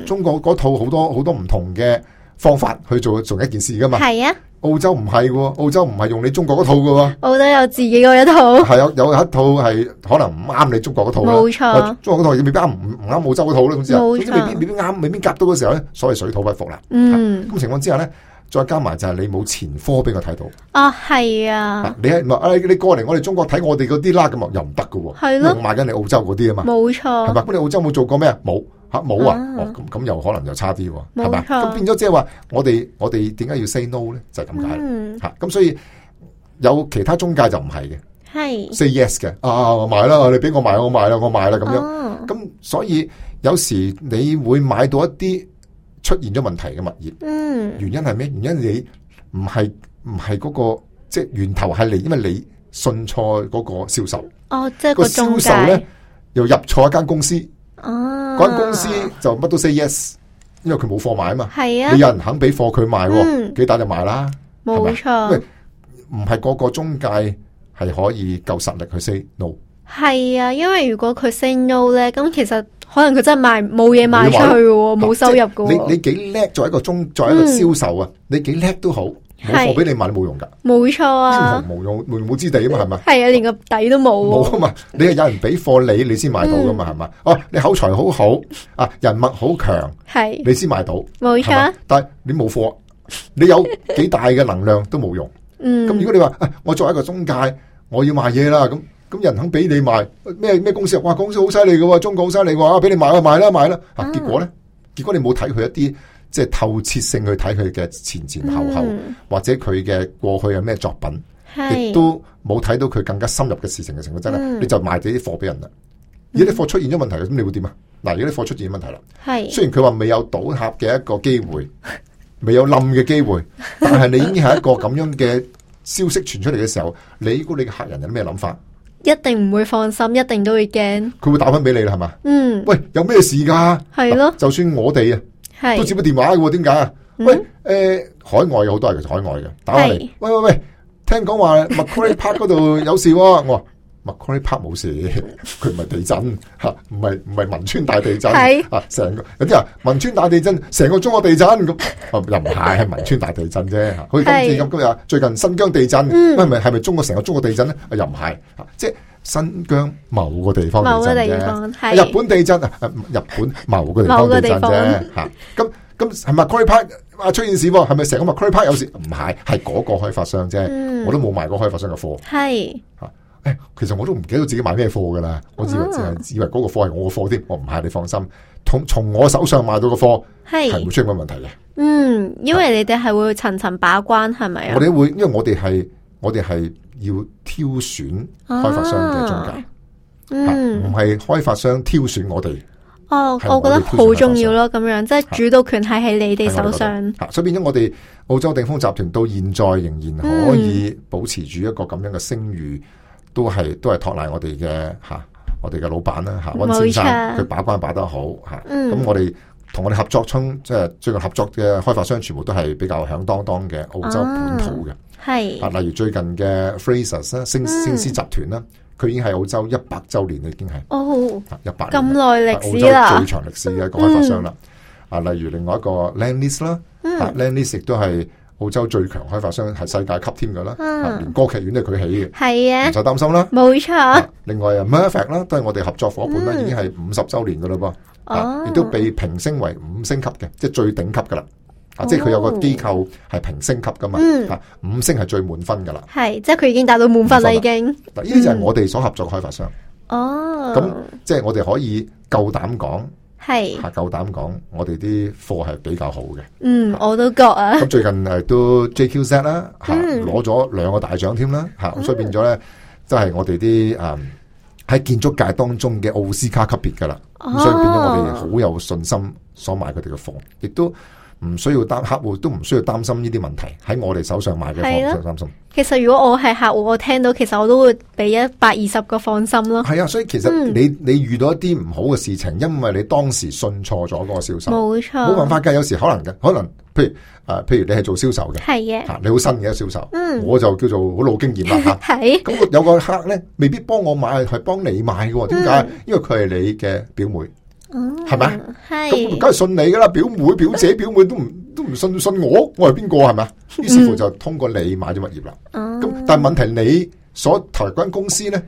中國嗰套好多好多唔同嘅方法去做做一件事噶嘛，係啊，澳洲唔係喎，澳洲唔係用你中國嗰套噶喎。我都有自己嗰一套，係有有一套係可能唔啱你中國嗰套啊啦，冇錯或者中國嗰套未必啱唔唔啱澳洲嗰套啦，總之啊啊冇錯總之未必未必啱，未必夾到嗰時候咧，所謂水土不服啦。嗯咁情況之下咧，再加埋就係你冇前科俾我睇到，哦係啊，啊你係唔係哎你過嚟我哋中國睇我哋嗰啲啦，咁啊又唔得噶喎，係因咯為我買緊你澳洲嗰啲啊嘛，冇係錯，嘛？咁你澳洲冇做過咩？冇吓冇啊啊，哦咁咁又可能又差啲喎，係嘛？冇錯咁變咗即係話我哋我哋點解要 say no 咧？就係咁解啦嗯吓，咁所以有其他中介就唔係嘅。係。 say yes 嘅，啊我買啦，你俾我買，我買啦，我買啦咁樣。哦，咁所以有時你會買到一啲出現咗問題嘅物業，嗯，原因係咩？原因你唔係唔係嗰個即係源頭係你，因為你信錯嗰個銷售，哦，即係個個中銷介售咧又入錯一間公司，哦，嗰間公司就乜都 say yes，因為佢冇貨賣啊嘛。係啊你，有人肯俾貨佢賣嗯喎，幾大就賣啦。冇喂錯，，唔係個個中介係可以夠實力去 say no，係啊，因為如果佢 say no 咧，咁其實可能佢真係賣冇嘢賣出去 <laughs> 嘅喎，冇收入嘅啊你喎，你幾叻作為一個中作為一個銷售啊，你幾叻都好，冇係貨俾你賣都冇用㗎，冇錯啊英，雄無用無用武之地啊嘛，係咪？係啊，連個底都冇冇喎，啊嘛，你係有人俾貨你，你先買到噶嗯嘛，係嘛？哦，你口才好好啊，人脈好強，係你先買到，冇係錯，？嘛啊但係你冇貨，你有幾大嘅能量都冇用。咁如嗯，果你話啊我作為一個中介，我要賣嘢啦，咁咁人肯俾你賣咩咩公司啊？哇，公司好犀利嘅喎，中國好犀利喎，啊俾你賣啊，賣啦，賣啦。啊，啊結果咧，結果你冇睇佢一啲即係透徹性去睇佢嘅前前後後，嗯或者佢嘅過去有咩作品。亦係都冇睇到佢更加深入嘅事情嘅情況之下，嗯你就賣咗啲貨俾人啦。而家啲貨出現咗問題，咁你會點啊？嗱，而家啲貨出現咗問題啦，係雖然佢話未有倒塌嘅一個機會， <laughs> 未有冧嘅機會，但係你已經係一個咁樣嘅消息傳出嚟嘅時候，你估你嘅客人有咩諗法？一定唔會放心，一定都會驚，佢會打翻俾你啦，係嘛？嗯，喂，有咩事㗎？係咯嗱就算我哋啊，都接係個電話嘅喎，點解啊？嗯喂，誒、海外有好多係海外嘅，打翻嚟係，喂喂喂，聽講話 Macquarie Park 嗰度有事喎、我話 Macquarie Park 冇事， <laughs> 佢唔係地震嚇，唔係唔係汶川大地震係啊，成個有啲人話汶川大地震，成個中國地震咁，啊又唔係係汶川大地震啫，好似今次係咁今日最近新疆地震，嗯喂係咪係咪中國成個中國地震咧？啊又唔係，啊即係新疆某個地方某地個震地啫。方日係。本地震啊，啊日本某個地方地震某個地啫嚇。咁咁係咪 Macquarie Park 啊出現事喎？係咪成個 Macquarie Park 有事？唔係，係嗰個開發商啫。嗯我都冇賣嗰個開發商嘅貨。係誒，其實我都唔記得自己買咩貨㗎啦。我以為啊淨係以為嗰個貨係我嘅貨添。我唔係，你放心。同從我手上買到嘅貨係唔會係，出現乜問題嘅。嗯，因為你哋係會層層把關，係咪啊我？哋會，因為我哋係我哋係要挑選開發商嘅中介，嚇唔啊嗯，係開發商挑選我哋。哦，係啊我覺得好重要咯，咁樣即係主導權係喺你哋手上，吓，啊所以變咗我哋澳洲鼎豐集團到現在仍然嗯可以保持住一個咁樣嘅聲譽，都係都係托賴我哋嘅吓，我哋嘅老闆啦吓，温先生冇錯佢把關把得好吓，咁、嗯我哋。同我哋合作中，即係最近合作嘅開發商，全部都係比較響當當嘅澳洲本土嘅。啊係，例如最近嘅 Frasers 啦，星嗯星獅集團啦，佢已經係澳洲一百週年啦，已經係啊哦，一百咁年啦。耐澳歷史洲啦最，長歷史嘅一個開發商啦。啊，例如另外一個 Landis 啦，啊嗯， Landis 亦都係澳洲最強開發商，係世界級添㗎啦，嗯啊連歌劇院都係佢起係嘅，唔啊，使擔心啦。冇錯啊，另外啊 m e r f a c 啦，都係我哋合作伙伴啦，嗯已經係五十週年㗎嘞噃，啊哦，亦都被評升為五星級嘅，即係最頂級㗎啦。啊，即係佢有個機構係評星級㗎嘛哦嗯，啊，五星係最滿分㗎啦。係，即係佢已經達到滿分啦，滿分啦已經，嗱，呢啲就係我哋所合作嘅開發商，嗯咁哦，即係我哋可以夠膽講，係，嚇夠膽講，我哋啲貨係比較好嘅。嗯，我都覺啊， <laughs> 咁最近誒都 JQZ 啦嚇，嗯攞咗兩個大獎添啦嚇，咁所以變咗咧，都係我哋啲誒喺建築界當中嘅奧斯卡級別噶啦，哦咁所以變咗我哋好有信心所買佢哋嘅貨，亦都唔需要擔客戶都唔需要擔心呢啲問題，喺我哋手上買嘅貨係咯嗯唔需要擔心。其實如果我係客戶，我聽到其實我都會俾一百二十個放心咯，係啊，所以其實嗯你你遇到一啲唔好嘅事情，因為你當時信錯咗嗰個銷售，冇冇錯，辦法㗎。有時可能嘅，可能譬如啊，譬如你係做銷售嘅係嘅，嚇，你好新嘅銷售，嗯我就叫做好老經驗啦嚇。係，咁個有個客咧，未必幫我買，係幫你買嘅喎。點解？因為佢係你嘅表妹，係咪嗯係咁。梗係信你噶啦。表妹、表姐、表妹都唔都唔信信我，我係邊個係咪啊？於是乎就通過你買咗物業啦。哦咁但係問題你所投入間公司咧，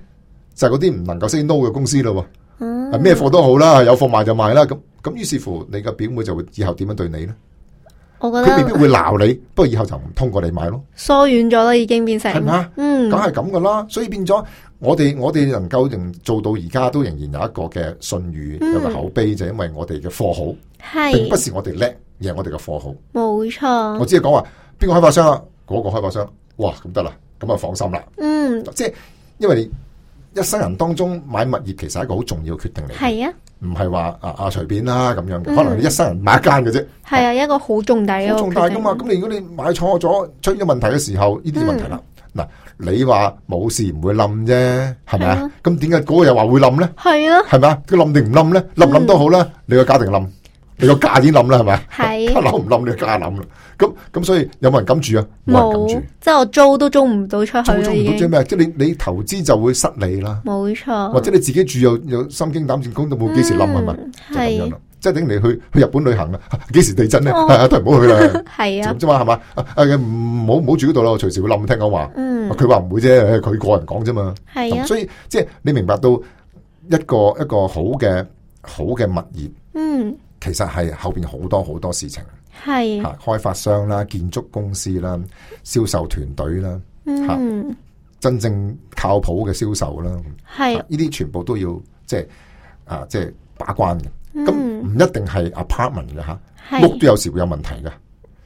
就係嗰啲唔能夠 say no 嘅公司咯嗯喎。啊咩貨都好啦，有貨賣就賣啦。咁咁於是乎，你嘅表妹就會以後點樣對你咧？我覺佢未必得會鬧你，不過以後就唔通過你買咯。疏遠咗啦，已經變成係咪啊嗯，梗係咁噶啦，所以變咗我哋我哋能夠仍做到而家都仍然有一個嘅信譽，嗯有個口碑，就因為我哋嘅貨好，並不係是我哋叻，而係我哋嘅貨好。冇我錯，只係講話邊個開發商啊，嗰個開發商，哇咁得啦，咁啊放心啦。嗯，即係因為你一生人當中買物業其實係一個好重要嘅決定嚟嘅，係啊，唔係話啊啊隨便啦咁樣嘅，嗯可能你一生人買一間嘅啫。係啊，一個好重大嘅哦好重大噶嘛。決定咁你如果你買錯咗，出現咗問題嘅時候，呢啲就問題啦。嗱，你話冇事唔會冧啫，係咪係啊啊？咁點解嗰個又話會冧咧？係咯，係咪啊？佢冧定唔冧咧？冧唔冧都好啦，你個家庭冧，你個價錢冧啦，係咪啊？係 <laughs> 冧唔冧你個價冧啦。咁咁所以有冇人敢住啊？冇人敢冇住，，即係我租都租唔到出去租啦，租唔已到即係經咩？即係你你投資就會失利啦，冇錯，或者你自己住又又心驚膽戰，講到冇幾時冧係咪？嗯啊就咁樣係啦。即係等於你去去日本旅行啦， <laughs> 啊幾時地震咧？哦啊 <laughs> 都係唔好去啦。係就啊咁，啫嘛，係嘛？啊啊唔好唔好住嗰度啦，我隨時會冧。聽講話，啊嗯佢話唔會啫，佢個人講啫嘛。係咁啊，所以即係你明白到一個一個好嘅好嘅物業，嗯啊其實係後邊好多好多事情係嚇，開發商啦、建築公司啦、銷售團隊啦、嗯真正靠譜嘅銷售啦，係嚇呢啲全部都要即係啊即係把關嘅。咁嗯唔一定係 apartment 嘅嚇。屋係都有時會有問題嘅。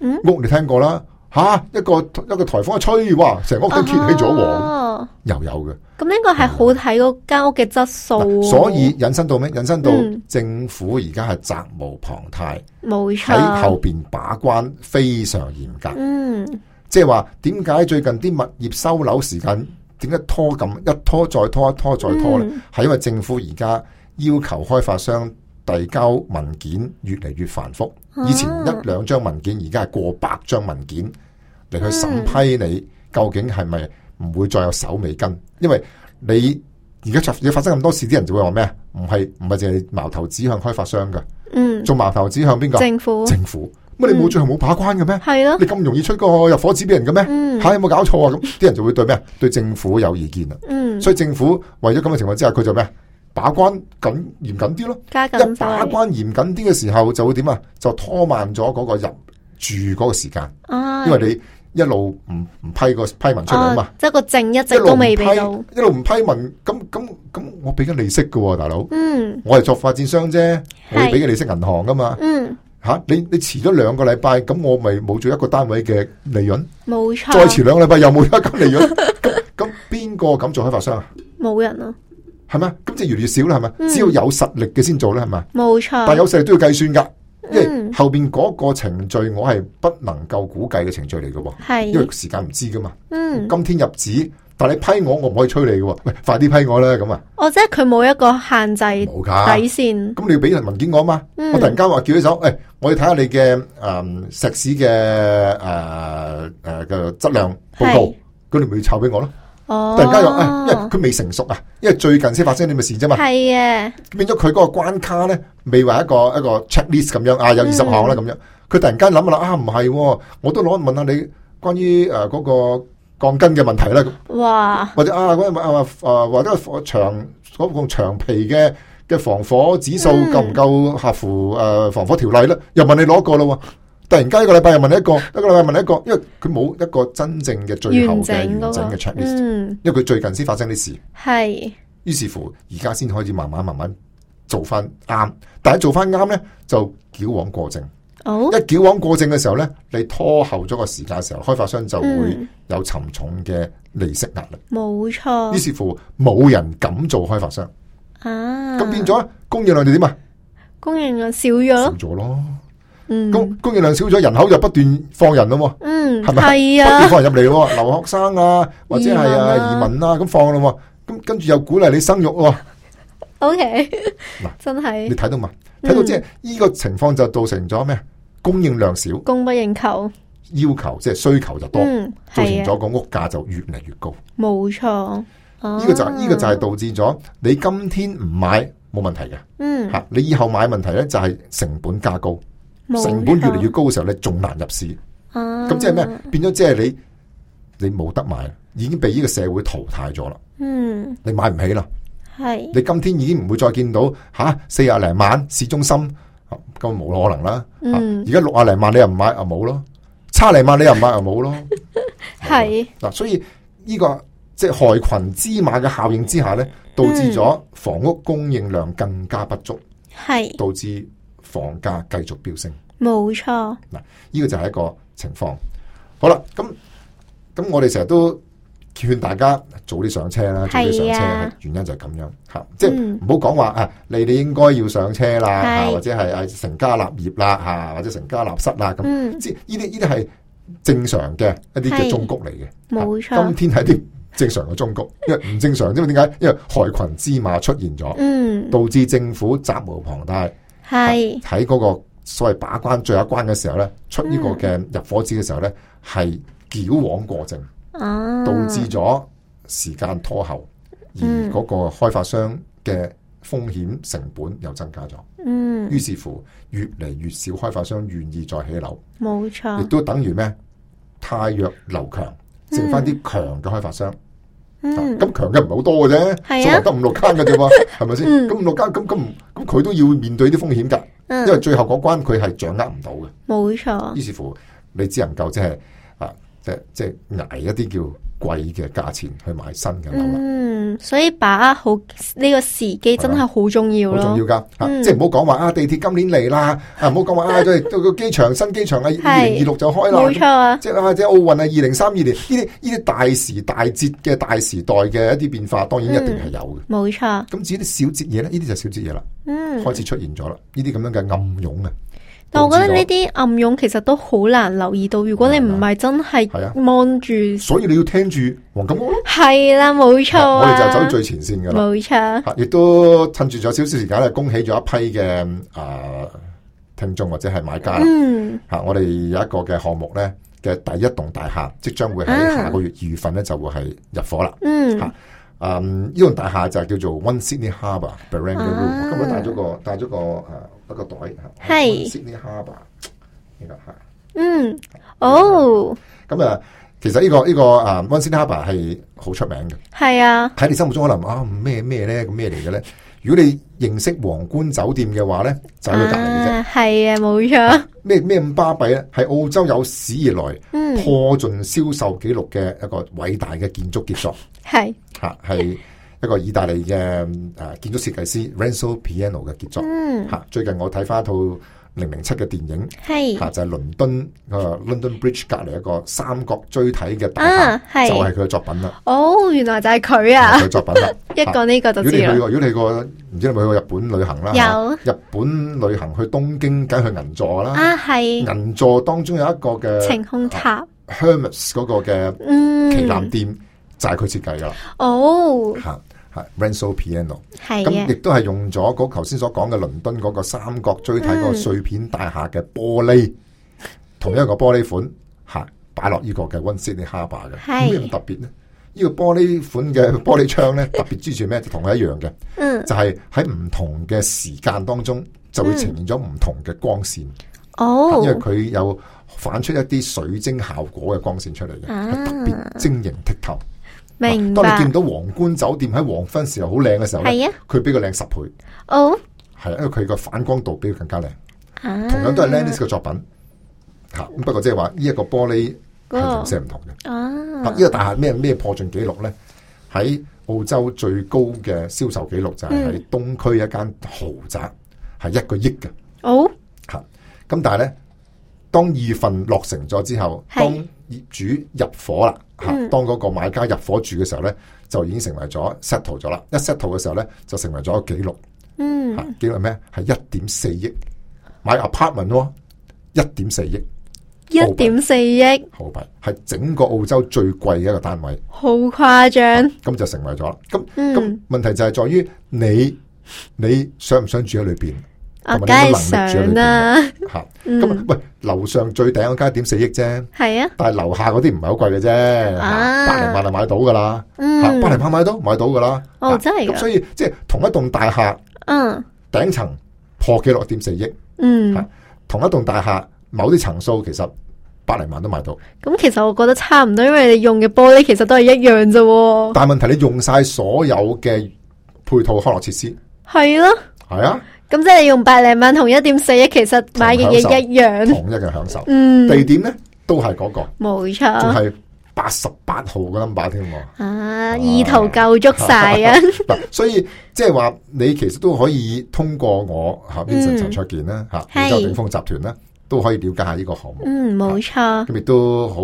嗯屋你聽過啦，吓、一個一個颱風一吹，哇，成屋都揭起咗黃，哦又有嘅。咁呢個係好睇嗰間屋嘅質素喎，所以引申到咩？引申到嗯政府而家係責無旁貸，冇喺錯，後邊把關非常嚴格。嗯即係話點解最近啲物業收樓時間點解拖咁一拖再拖一拖再拖呢？嗯係因為政府而家要求開發商遞交文件越嚟越繁複，啊以前一兩張文件，而家係過百張文件嚟去審嗯批你究竟係咪唔會再有手尾跟？因為你而家而家發生咁多事，啲人就會話咩啊？唔係唔係淨係矛頭指向開發商㗎，嗯，仲矛頭指向邊個？政府嗯政府。乜你冇最後冇把關嘅咩？係咯，你咁容易出個入伙紙俾人嘅咩？嗯吓有冇搞錯啊？咁啲人就會 <laughs> 對咩？對政府有意見啦。啊嗯所以政府為咗咁嘅情況之下，佢就咩？把關緊嚴謹啲咯。加緊一手把嚟關嚴謹啲嘅時候，就會點啊？就拖慢咗嗰個入住嗰個時間，啊，因為你一路唔唔批個批文出嚟啊嘛哦，即係個證一一直路都唔批未俾到，一路唔批文，咁咁咁，我俾緊利息嘅喎，大佬，嗯我係作發展商啫，我要俾嘅利息銀行噶嘛，嗯，吓你你遲咗兩個禮拜，咁我咪冇咗一個單位嘅利潤。冇錯，再遲兩個禮拜又冇一咁 <laughs> 利潤，咁咁邊個敢做開發商啊？冇人咯，係咪？咁就越嚟越少啦，係咪？嗯只要有實力嘅先做啦，係咪？冇但係錯，有實力都要計算噶，因為嗯後邊嗰個程序我係不能夠估計嘅程序嚟嘅喎，因為係，時間唔知噶嘛。嗯，今天入紙，但係你批我，我唔可以催你嘅喎。喂，快啲批我啦，咁啊，哦，即係佢冇一個限制底冇㗎。線，咁你要俾份文件我啊嘛，嗯我突然間話叫起手，誒，我要睇下你嘅誒石屎嘅誒誒嘅質量報係告，咁你咪要抄俾我咯。哦，突然間又，哎因為佢未成熟啊，因為最近先發生呢啲咁嘅事啫嘛，係啊嘅，變咗佢嗰個關卡咧，未話一個一個 checklist 咁樣啊，有二十項嗯啦咁樣，佢突然間諗下啦，啊唔係喎，我都攞問下你關於誒嗰個鋼筋嘅問題啦，咁哇，或者啊嗰個啊啊或者個牆嗰個牆皮嘅嘅防火指數嗯夠唔夠合乎誒防火條例咧，又問你攞過啦喎。突然間一個禮拜又問你一個，一個禮拜問你一個，因為佢冇一個真正嘅最後完嘅整完嗰整嘅個， checklist，嗯，因為佢最近先發生啲事。係，於是乎，而家先開始慢慢慢慢做翻啱，但係做翻啱呢，就矯枉過正。好一，矯枉過正嘅時候呢，你拖後咗個時間嘅時候，開發商就會嗯，有沉重嘅利息壓力。冇於錯，是乎，冇人敢做開發商，啊，咁變咗供應量就點啊？供應量少咗少咯，咗咯，嗯供，供應量少咗，人口就不斷放人咯喎。嗯，係咪不係啊斷。放人入嚟喎，留學生啊，或者移係民啊啊移民啊，咁放咯喎，咁跟住又鼓勵你生育喎。 O K，嗱真你係睇到嘛？嗯睇到即係呢個情況就造成咗咩？供應量少，供不應求，要求即係需求就多，嗯，造成係啊，咗個屋價就越嚟越高。呢冇哦錯。呢個就呢個就係導致咗你今天唔買冇問題嘅嗯，吓，你以後買問題咧就係成本加高，冇成本越嚟越錯高嘅時候咧仲難入市。啊，咁即係咩？變咗即係你你冇得買，已經被呢個社會淘汰咗啦，嗯，你買唔起啦。係你今天已經唔會再見到吓四廿零萬市中心，啊咁冇可能啦。啊嗯而家六廿零萬你又唔買啊冇咯，差零萬你又唔買啊冇咯。係嗱，所以呢、個即係害群之馬嘅效應之下咧，導嗯致咗房屋供應量更加不足，係導致房價繼續飆升。冇錯，呢、個就係一個情況。好啦，咁咁我哋成日都勸大家早啲上車啦，早啲上係車啊原因就係咁樣吓，即係嗯唔好講話啊，你哋應該要上車啦，係啊或者係啊成家立業啦，吓或者成家立室啦咁，嗯即係呢啲呢啲係正常嘅一啲係嘅中谷嚟嘅。冇今錯，天係啲正常嘅中谷，因為唔正常，因為點解？因為害群之馬出現咗，嗯，導致政府責無旁貸。係喺嗰個所謂把關最後一關嘅時候咧，出呢個嘅入伙紙嘅時候咧，係矯枉過正，哦，導致咗時間拖後，而嗯嗰個開發商嘅風險成本又增加咗。嗯，於是乎，越嚟越少開發商願意再起樓，冇亦錯，都等於咩？太弱留強，剩翻啲強嘅開發商。嗯，啊咁強嘅唔係好多嘅係啫，啊所以話得五六間嘅 <laughs> 啫喎，係咪先？咁五六間咁咁唔咁佢都要面對啲風險㗎，嗯因為最後嗰關佢係掌握唔到嘅。冇錯，於是乎，你只能夠即係啊，即係即係捱一啲叫貴嘅價錢去買新嘅啊樓啦，嗯，所以把握好呢個時機真係好重要好重咯要，㗎嚇！嗯即係唔好講話啊，地鐵今年嚟啦，啊唔好講話啊，對到個機場新機場啊，二零二六就開啦。冇錯啊，即係啊！即係奧運啊，二零三二年呢啲呢啲大時大節嘅大時代嘅一啲變化，當然一定係有嘅。冇錯，咁至於啲小節嘢咧，呢啲就係小節嘢啦，嗯，開始出現咗啦。呢啲咁樣嘅暗湧啊，但我覺得導致咗呢啲暗湧其實都好難留意到，如果你唔係真係係啊望住，所以你要聽住黃金屋咯。係啦，冇錯啊我啊，哋就走最前線噶啦。冇錯，啊亦都趁住咗少少時間咧，恭喜咗一批嘅啊、聽眾或者係買家啦。嗯，嚇、我哋有一個嘅項目咧嘅第一棟大廈，即將會喺啊下個月二月份咧就會係入伙啦。嗯，嗯，呢棟大廈就叫做 One Sydney Harbour Barangaroo。啊我今日帶咗個帶咗個啊一個袋嚇係 One Sydney Harbour 呢個嚇。嗯，哦，咁啊，其實呢、個呢、個啊 One Sydney Harbour 係好出名嘅。係啊，喺你心目中可能啊咩咩咧咁咩嚟嘅咧？如果你認識皇冠酒店嘅話咧，就喺佢隔離嘅啫。啊，係啊，冇錯，咩咩咁巴閉咧？係澳洲有史以來嗯，破盡銷售紀錄嘅一個偉大嘅建築傑作，係，嚇係一個意大利嘅誒建築設計師 Renzo Piano 嘅傑作。嗯，嚇最近我睇翻一套零零七嘅電影，係，嚇就係倫敦個 London Bridge 隔離一個三角錐體嘅大啊，廈，就係係，佢嘅作品啦，哦，原來就係佢就係啊，佢嘅作品 <laughs> 啦。一講呢個就如果你知去啦，過，如果你去過，唔知你有冇去過日本旅行啦？有嚇日本旅行去東京，梗係去銀座啦。啊，係，銀座當中有一個嘅晴空塔， Hermes 嗰個嘅旗艦嗯，店，就係佢設計噶啦。哦，嚇嚇 Renzo Piano，係啊咁亦嘅，都係用咗嗰頭先所講嘅倫敦嗰個三角錐體嗰個嗯碎片大廈嘅玻璃，同一個玻璃款嚇擺落呢個嘅 One Sydney Harbour 嘅，係咁有咩咁特別呢？呢個玻璃款嘅 <laughs> 玻璃窗咧，特別之處咩？就同佢一樣嘅。嗯，就係喺唔同嘅時間當中，就會呈現咗唔同嘅光線，因為哦，佢有反出一啲水晶效果嘅光線出嚟嘅，啊係特別晶瑩剔透。啊明當你白見，到皇冠酒店喺黃昏時候好靚嘅時候咧，係啊，佢比佢靚十倍，哦，係因為佢個反光度比佢更加靚。啊，同樣都係 Lennis 嘅作品，嚇咁不過即係話呢一個玻璃係零舍唔同嘅。啊啊！呢個大廈咩咩破盡紀錄咧？喺澳洲最高嘅銷售紀錄就係喺東區一間豪宅，係一個億嘅。哦，咁但係咧，當二月份落成咗之後，係當業主入伙啦，嚇、嗯當嗰個買家入伙住嘅時候咧，就已經成為咗 settle 咗啦。一 settle 嘅時候咧，就成為咗個紀錄嗯嚇，，紀錄係啊咩？係一點四億買 apartment 喎，一點四億一點四億，澳幣，係整個澳洲最貴嘅一個單位。好誇張，咁就成為咗啦。咁嗯咁問題就係在於你你想唔想住喺裏邊我同埋啊梗你係有冇能力住喺裏想邊啦，吓？咁嗯，喂，樓上最頂嗰間一點四億啫，係啊，但係樓下嗰啲唔係好貴嘅啫，啊嚇百零萬就買到噶啦，嚇嗯百，零萬買到買到噶啦。哦，嚇真係啊咁噶，所以即係同一棟大廈嗯頂層破紀錄一點四億，嗯，嚇同一棟大廈某啲層數其實百零萬都買到，咁其實我覺得差唔多，因為你用嘅玻璃其實都係一樣啫 <laughs> 喎，但係問題你用晒所有嘅配套康樂設施，係咯，係啊，咁即係你用百零萬同一點四億，其實買嘅嘢一樣，同一嘅享受。嗯，地點咧都係嗰、個，冇仲錯，係八十八號嘅 number 添喎。啊，意頭夠足晒啊， <laughs> 嗱，所以即係話你其實都可以通過我嚇嗯 Vincent 陳卓健啦嚇，係澳洲鼎豐集團啦，都可以了解下呢個項目。 <laughs> 嗯，冇錯，咁亦都好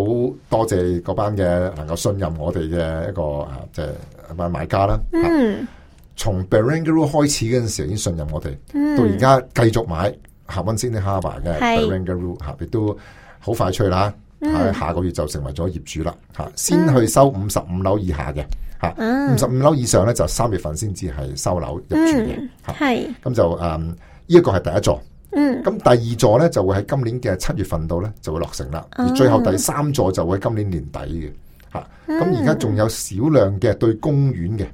多謝嗰班嘅能夠信任我哋嘅一個啊，即係一班買家啦。嚇嗯從 Barangaroo 開始嗰陣時候已經信任我哋，到而嗯，家繼續買夏温先啲 Harbour 係嘅嗯 Barangaroo 嚇，亦都好快脆啦。喺下個月就成為咗業主啦，嚇先去收五十五樓以下嘅，啊嚇五十五樓以上咧就三月份先至係收樓入住嘅，嚇嗯係，咁就誒呢一個係第一座，嗯，咁第二座咧就會喺今年嘅七月份度咧就會落成啦，哦而最後第三座就會喺今年年底嘅，嚇嗯咁而家仲有少量嘅對公園嘅，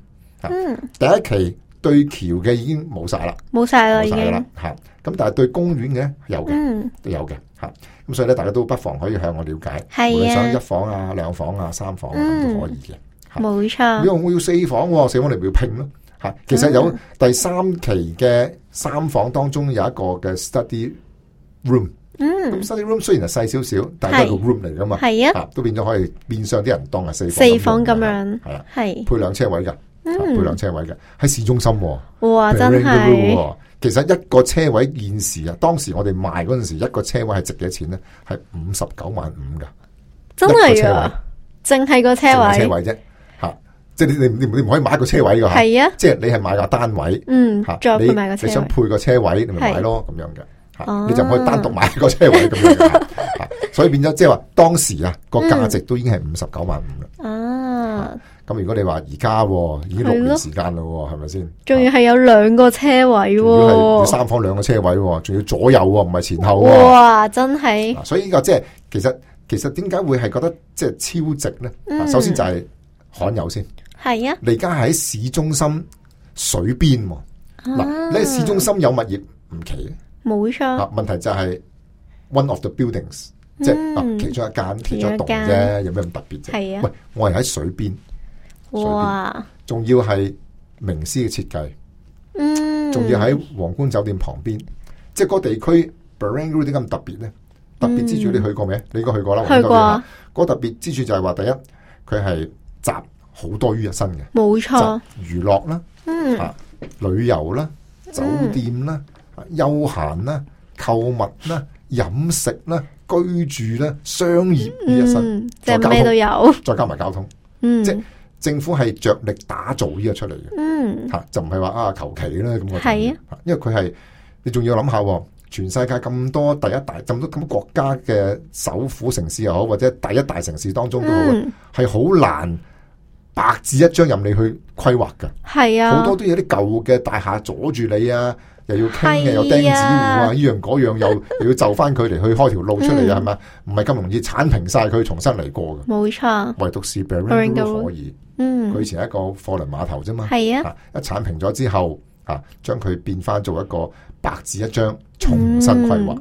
嚇嗯第一期對橋嘅已經冇晒啦，冇晒啦冇已晒㗎啦經，嚇咁但係對公園嘅有嘅。嗯，都有嘅嚇。咁所以咧，大家都不妨可以向我了解，係啊嗯無論想一房啊、兩房啊、三房啊咁都可以嘅。嚇冇錯，如果我要四房喎，四房你咪要拼咯嚇。其實嗯有第三期嘅三房當中有一個嘅 study room，嗯，咁 study room 雖然係細少少，但係都係個 room 嚟噶嘛，係啊，嚇都變咗可以變相啲人當係四房四房咁樣，樣，嗯係啊，係，配兩車位㗎，嚇配兩車位嘅喺市中心喎。哇，啊真 Range 係 Rover 喎其實一個車位現時啊，當時我哋賣嗰陣時，一個車位係值幾多錢咧？係五十九萬五噶，真一個係車啊，淨係個車淨係車位，位啫嚇，即係你你你你唔可以買一個車位噶嚇，係啊，即係你係買個單位嗯，嚇，再你配埋個你車想位，配個車位，你咪買係咯咁樣嘅哦嚇，你就唔可以單獨買一個車位咁 <laughs> 樣嘅嚇嚇所以變咗即係話當時啊個價值都已經係五十九萬五啦。啊，咁如果你話而家喎已經六係咯年時間啦喎，係咪先？仲要係有兩個車位仲要係要喎，三房兩個車位喎，仲要左右喎，唔係前後喎。哇，真係，嗱，啊所以呢個即係其實其實點解會係覺得即係超值咧？嗯首先就係罕有先，係啊，你而家喺市中心水邊喎，嗱啊你喺市中心有物業唔奇冇啊，錯，問題就係 one of the buildings。即係啊嗯其中一間，其其中中一一棟間啫，有咩咁特別啫？係啊喂，我係喺水邊，水邊哇，仲要係名師嘅設計，嗯，仲要喺皇冠酒店旁邊，即係嗰個地區 Barangaroo 點解咁特別咧？特別之處你去過未？你應該去過啦，嗯去過，嗰個特別之處就係話，第一佢係集好多於一身嘅，冇錯，集娛樂啦、嗯，啊旅遊啦、酒店啦、啊休閒啦、購物啦、飲食啦、居住啦、商業於一身，嗯，即再係交咩通都有，再加埋交通，嗯即，係政府係着力打造呢個出嚟嘅。嗯，吓、就唔係話啊求其啦咁我係啊啊，因為佢係你仲要諗下喎，全世界咁多第一大咁多咁多國家嘅首府城市又好，或者第一大城市當中都好啊嗯，係好、難白紙一張任你去規劃㗎。係好、啊多，都有啲舊嘅大廈阻住你啊，又要係傾嘅，啊又釘子戶啊，呢樣嗰樣 <laughs> 又又要就翻佢嚟去開條路出嗯嚟啊，係咪、唔係咁容易剷平晒佢，重新嚟過嘅。冇錯，唯獨是 b a r r n g Barangaroo 都可以，佢嗯，以前係一個貨輪碼頭啫嘛。係啊，啊一剷平咗之後，啊，將佢變翻做一個白紙一張，重新規嗯劃。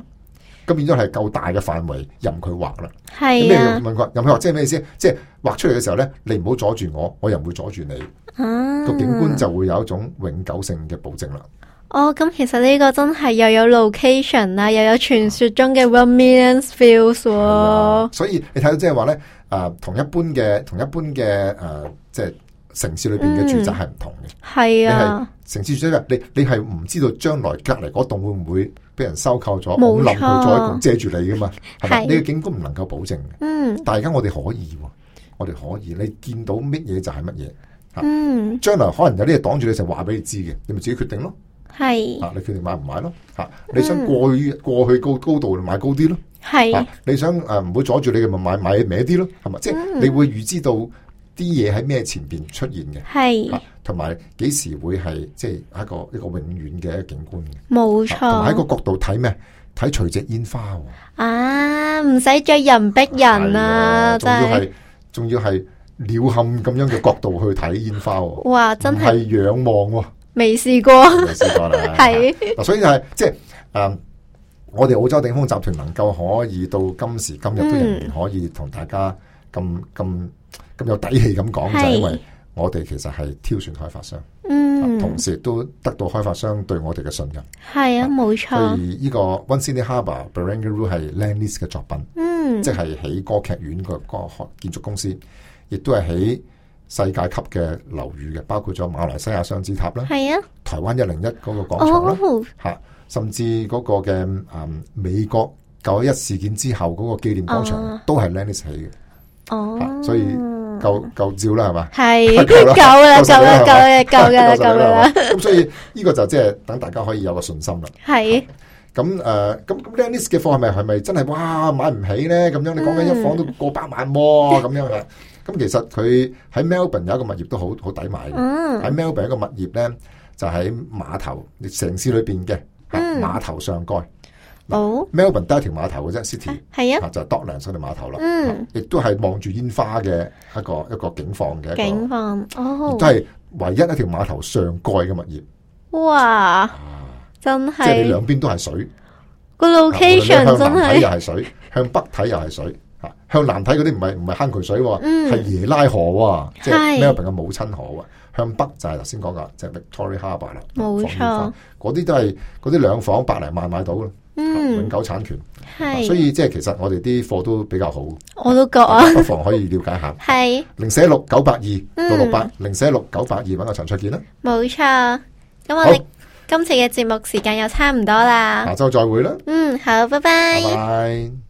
咁、變咗係夠大嘅範圍，任佢畫啦。係咩啊任，佢畫？任佢畫即係咩意思？即係畫出嚟嘅時候咧，你唔好阻住我，我又唔會阻住你。啊，個、景觀就會有一種永久性嘅保證啦。哦，咁其實呢個真係又有 location 啊啦，又有傳說中嘅 one million views 喎、係啊所以你睇到即係話咧，啊，同一般嘅同一般嘅诶、啊即係城市裏边嗯嘅住宅係唔同嘅。係啊，城市住宅，你你係唔知道將來隔離嗰棟會唔會俾人收購咗，冇冧錯佢再咁遮住你噶嘛？係咪？係呢個景觀唔能夠保證嘅，嗯但係而家我哋可以喎，我哋可以，你見到乜嘢就係乜嘢。嗯，將來可能有啲嘢擋住你，就話俾你知嘅，你咪自己決定咯。係啊，你決定買唔買咯？嚇，你想過嗯去過去高高度，你買高啲咯。係啊，你想誒唔好阻住你嘅，咪買買歪啲咯，係咪？即嗯係你會預知到啲嘢喺咩前邊出現嘅。係啊，同埋幾時會係即係一個一個永遠嘅景觀嘅，冇啊同埋喺錯個角度睇咩？睇除夕煙花喎，啊，唔使着人逼人啊，係真啊仲要係係仲要係鳥瞰咁樣嘅角度去睇煙花喎，哇，真真係係仰望喎，未試過，。未試過啦 <laughs> 係嗱，所以就係即係誒，嗯我哋澳洲鼎豐集團能夠可以到今時今日都仍然可以同大家咁咁咁有底氣咁講，就係因為我哋其實係挑選開發商，嗯同，時都得到開發商對我哋嘅信任。係啊，冇所錯，以呢個 One Sydney Harbour Barangaroo 係 Landlease 嘅作品，嗯即係喺歌劇院個個建築公司，亦都係喺世界級嘅樓宇嘅，包括咗馬來西亞雙子塔啦、係啊，台灣一零一嗰個廣場啦，哦，嚇、甚至嗰個嘅嗯美國九一一事件之後嗰個紀念廣場啊都係 Landlease 起嘅，哦，啊所以夠夠照啦，係嘛？係 <laughs> 夠啦夠 <laughs> 啦，嗯夠啦，夠夠啦，夠啦，夠夠啦係啦，嘛咁所以呢個就即係等大家可以有個信心啦。係咁誒，呃咁咁 land list 嘅貨係咪係咪真係哇買唔起咧？咁樣你嗯講緊一房都過百 <laughs> 萬喎，咁樣嘅。咁其實佢喺 Melbourne 有一個物業都好好抵買嘅。嗯，喺 Melbourne 一個物業咧，就喺碼頭，城市裏邊嘅嚇嗯碼頭上蓋。好， Melbourne 得一條碼頭嘅啫，City 係啊，嚇就係 Docklands 嗰條碼頭啦。啊嗯，亦都係望住煙花嘅一個一個景況嘅一個，警方，亦都哦，係唯一一條碼頭上蓋嘅物業，哇，真即係你係兩邊都係水。個啊 location 無論你真向南睇係又係水，向北睇又係水，嚇向南睇嗰啲唔係唔係坑渠水喎，嗯係耶拉河喎，即係係 Melbourne 嘅母親河喎。向北就係頭先講嘅，即係 Victoria Harbour 啦，冇錯放煙花嗰啲都係嗰啲兩房百零萬買到啦，啊嗯永，久產權，啊所係，以即係其實我哋啲貨都比較好，我都覺啊，不妨可以了解下。係，零四六九八二六六八嗯，零四六九八二揾個陳卓健啦，冇錯。咁我好哋今次嘅節目時間又差唔多啦。下週再會啦，啊嗯，好，拜拜拜。拜。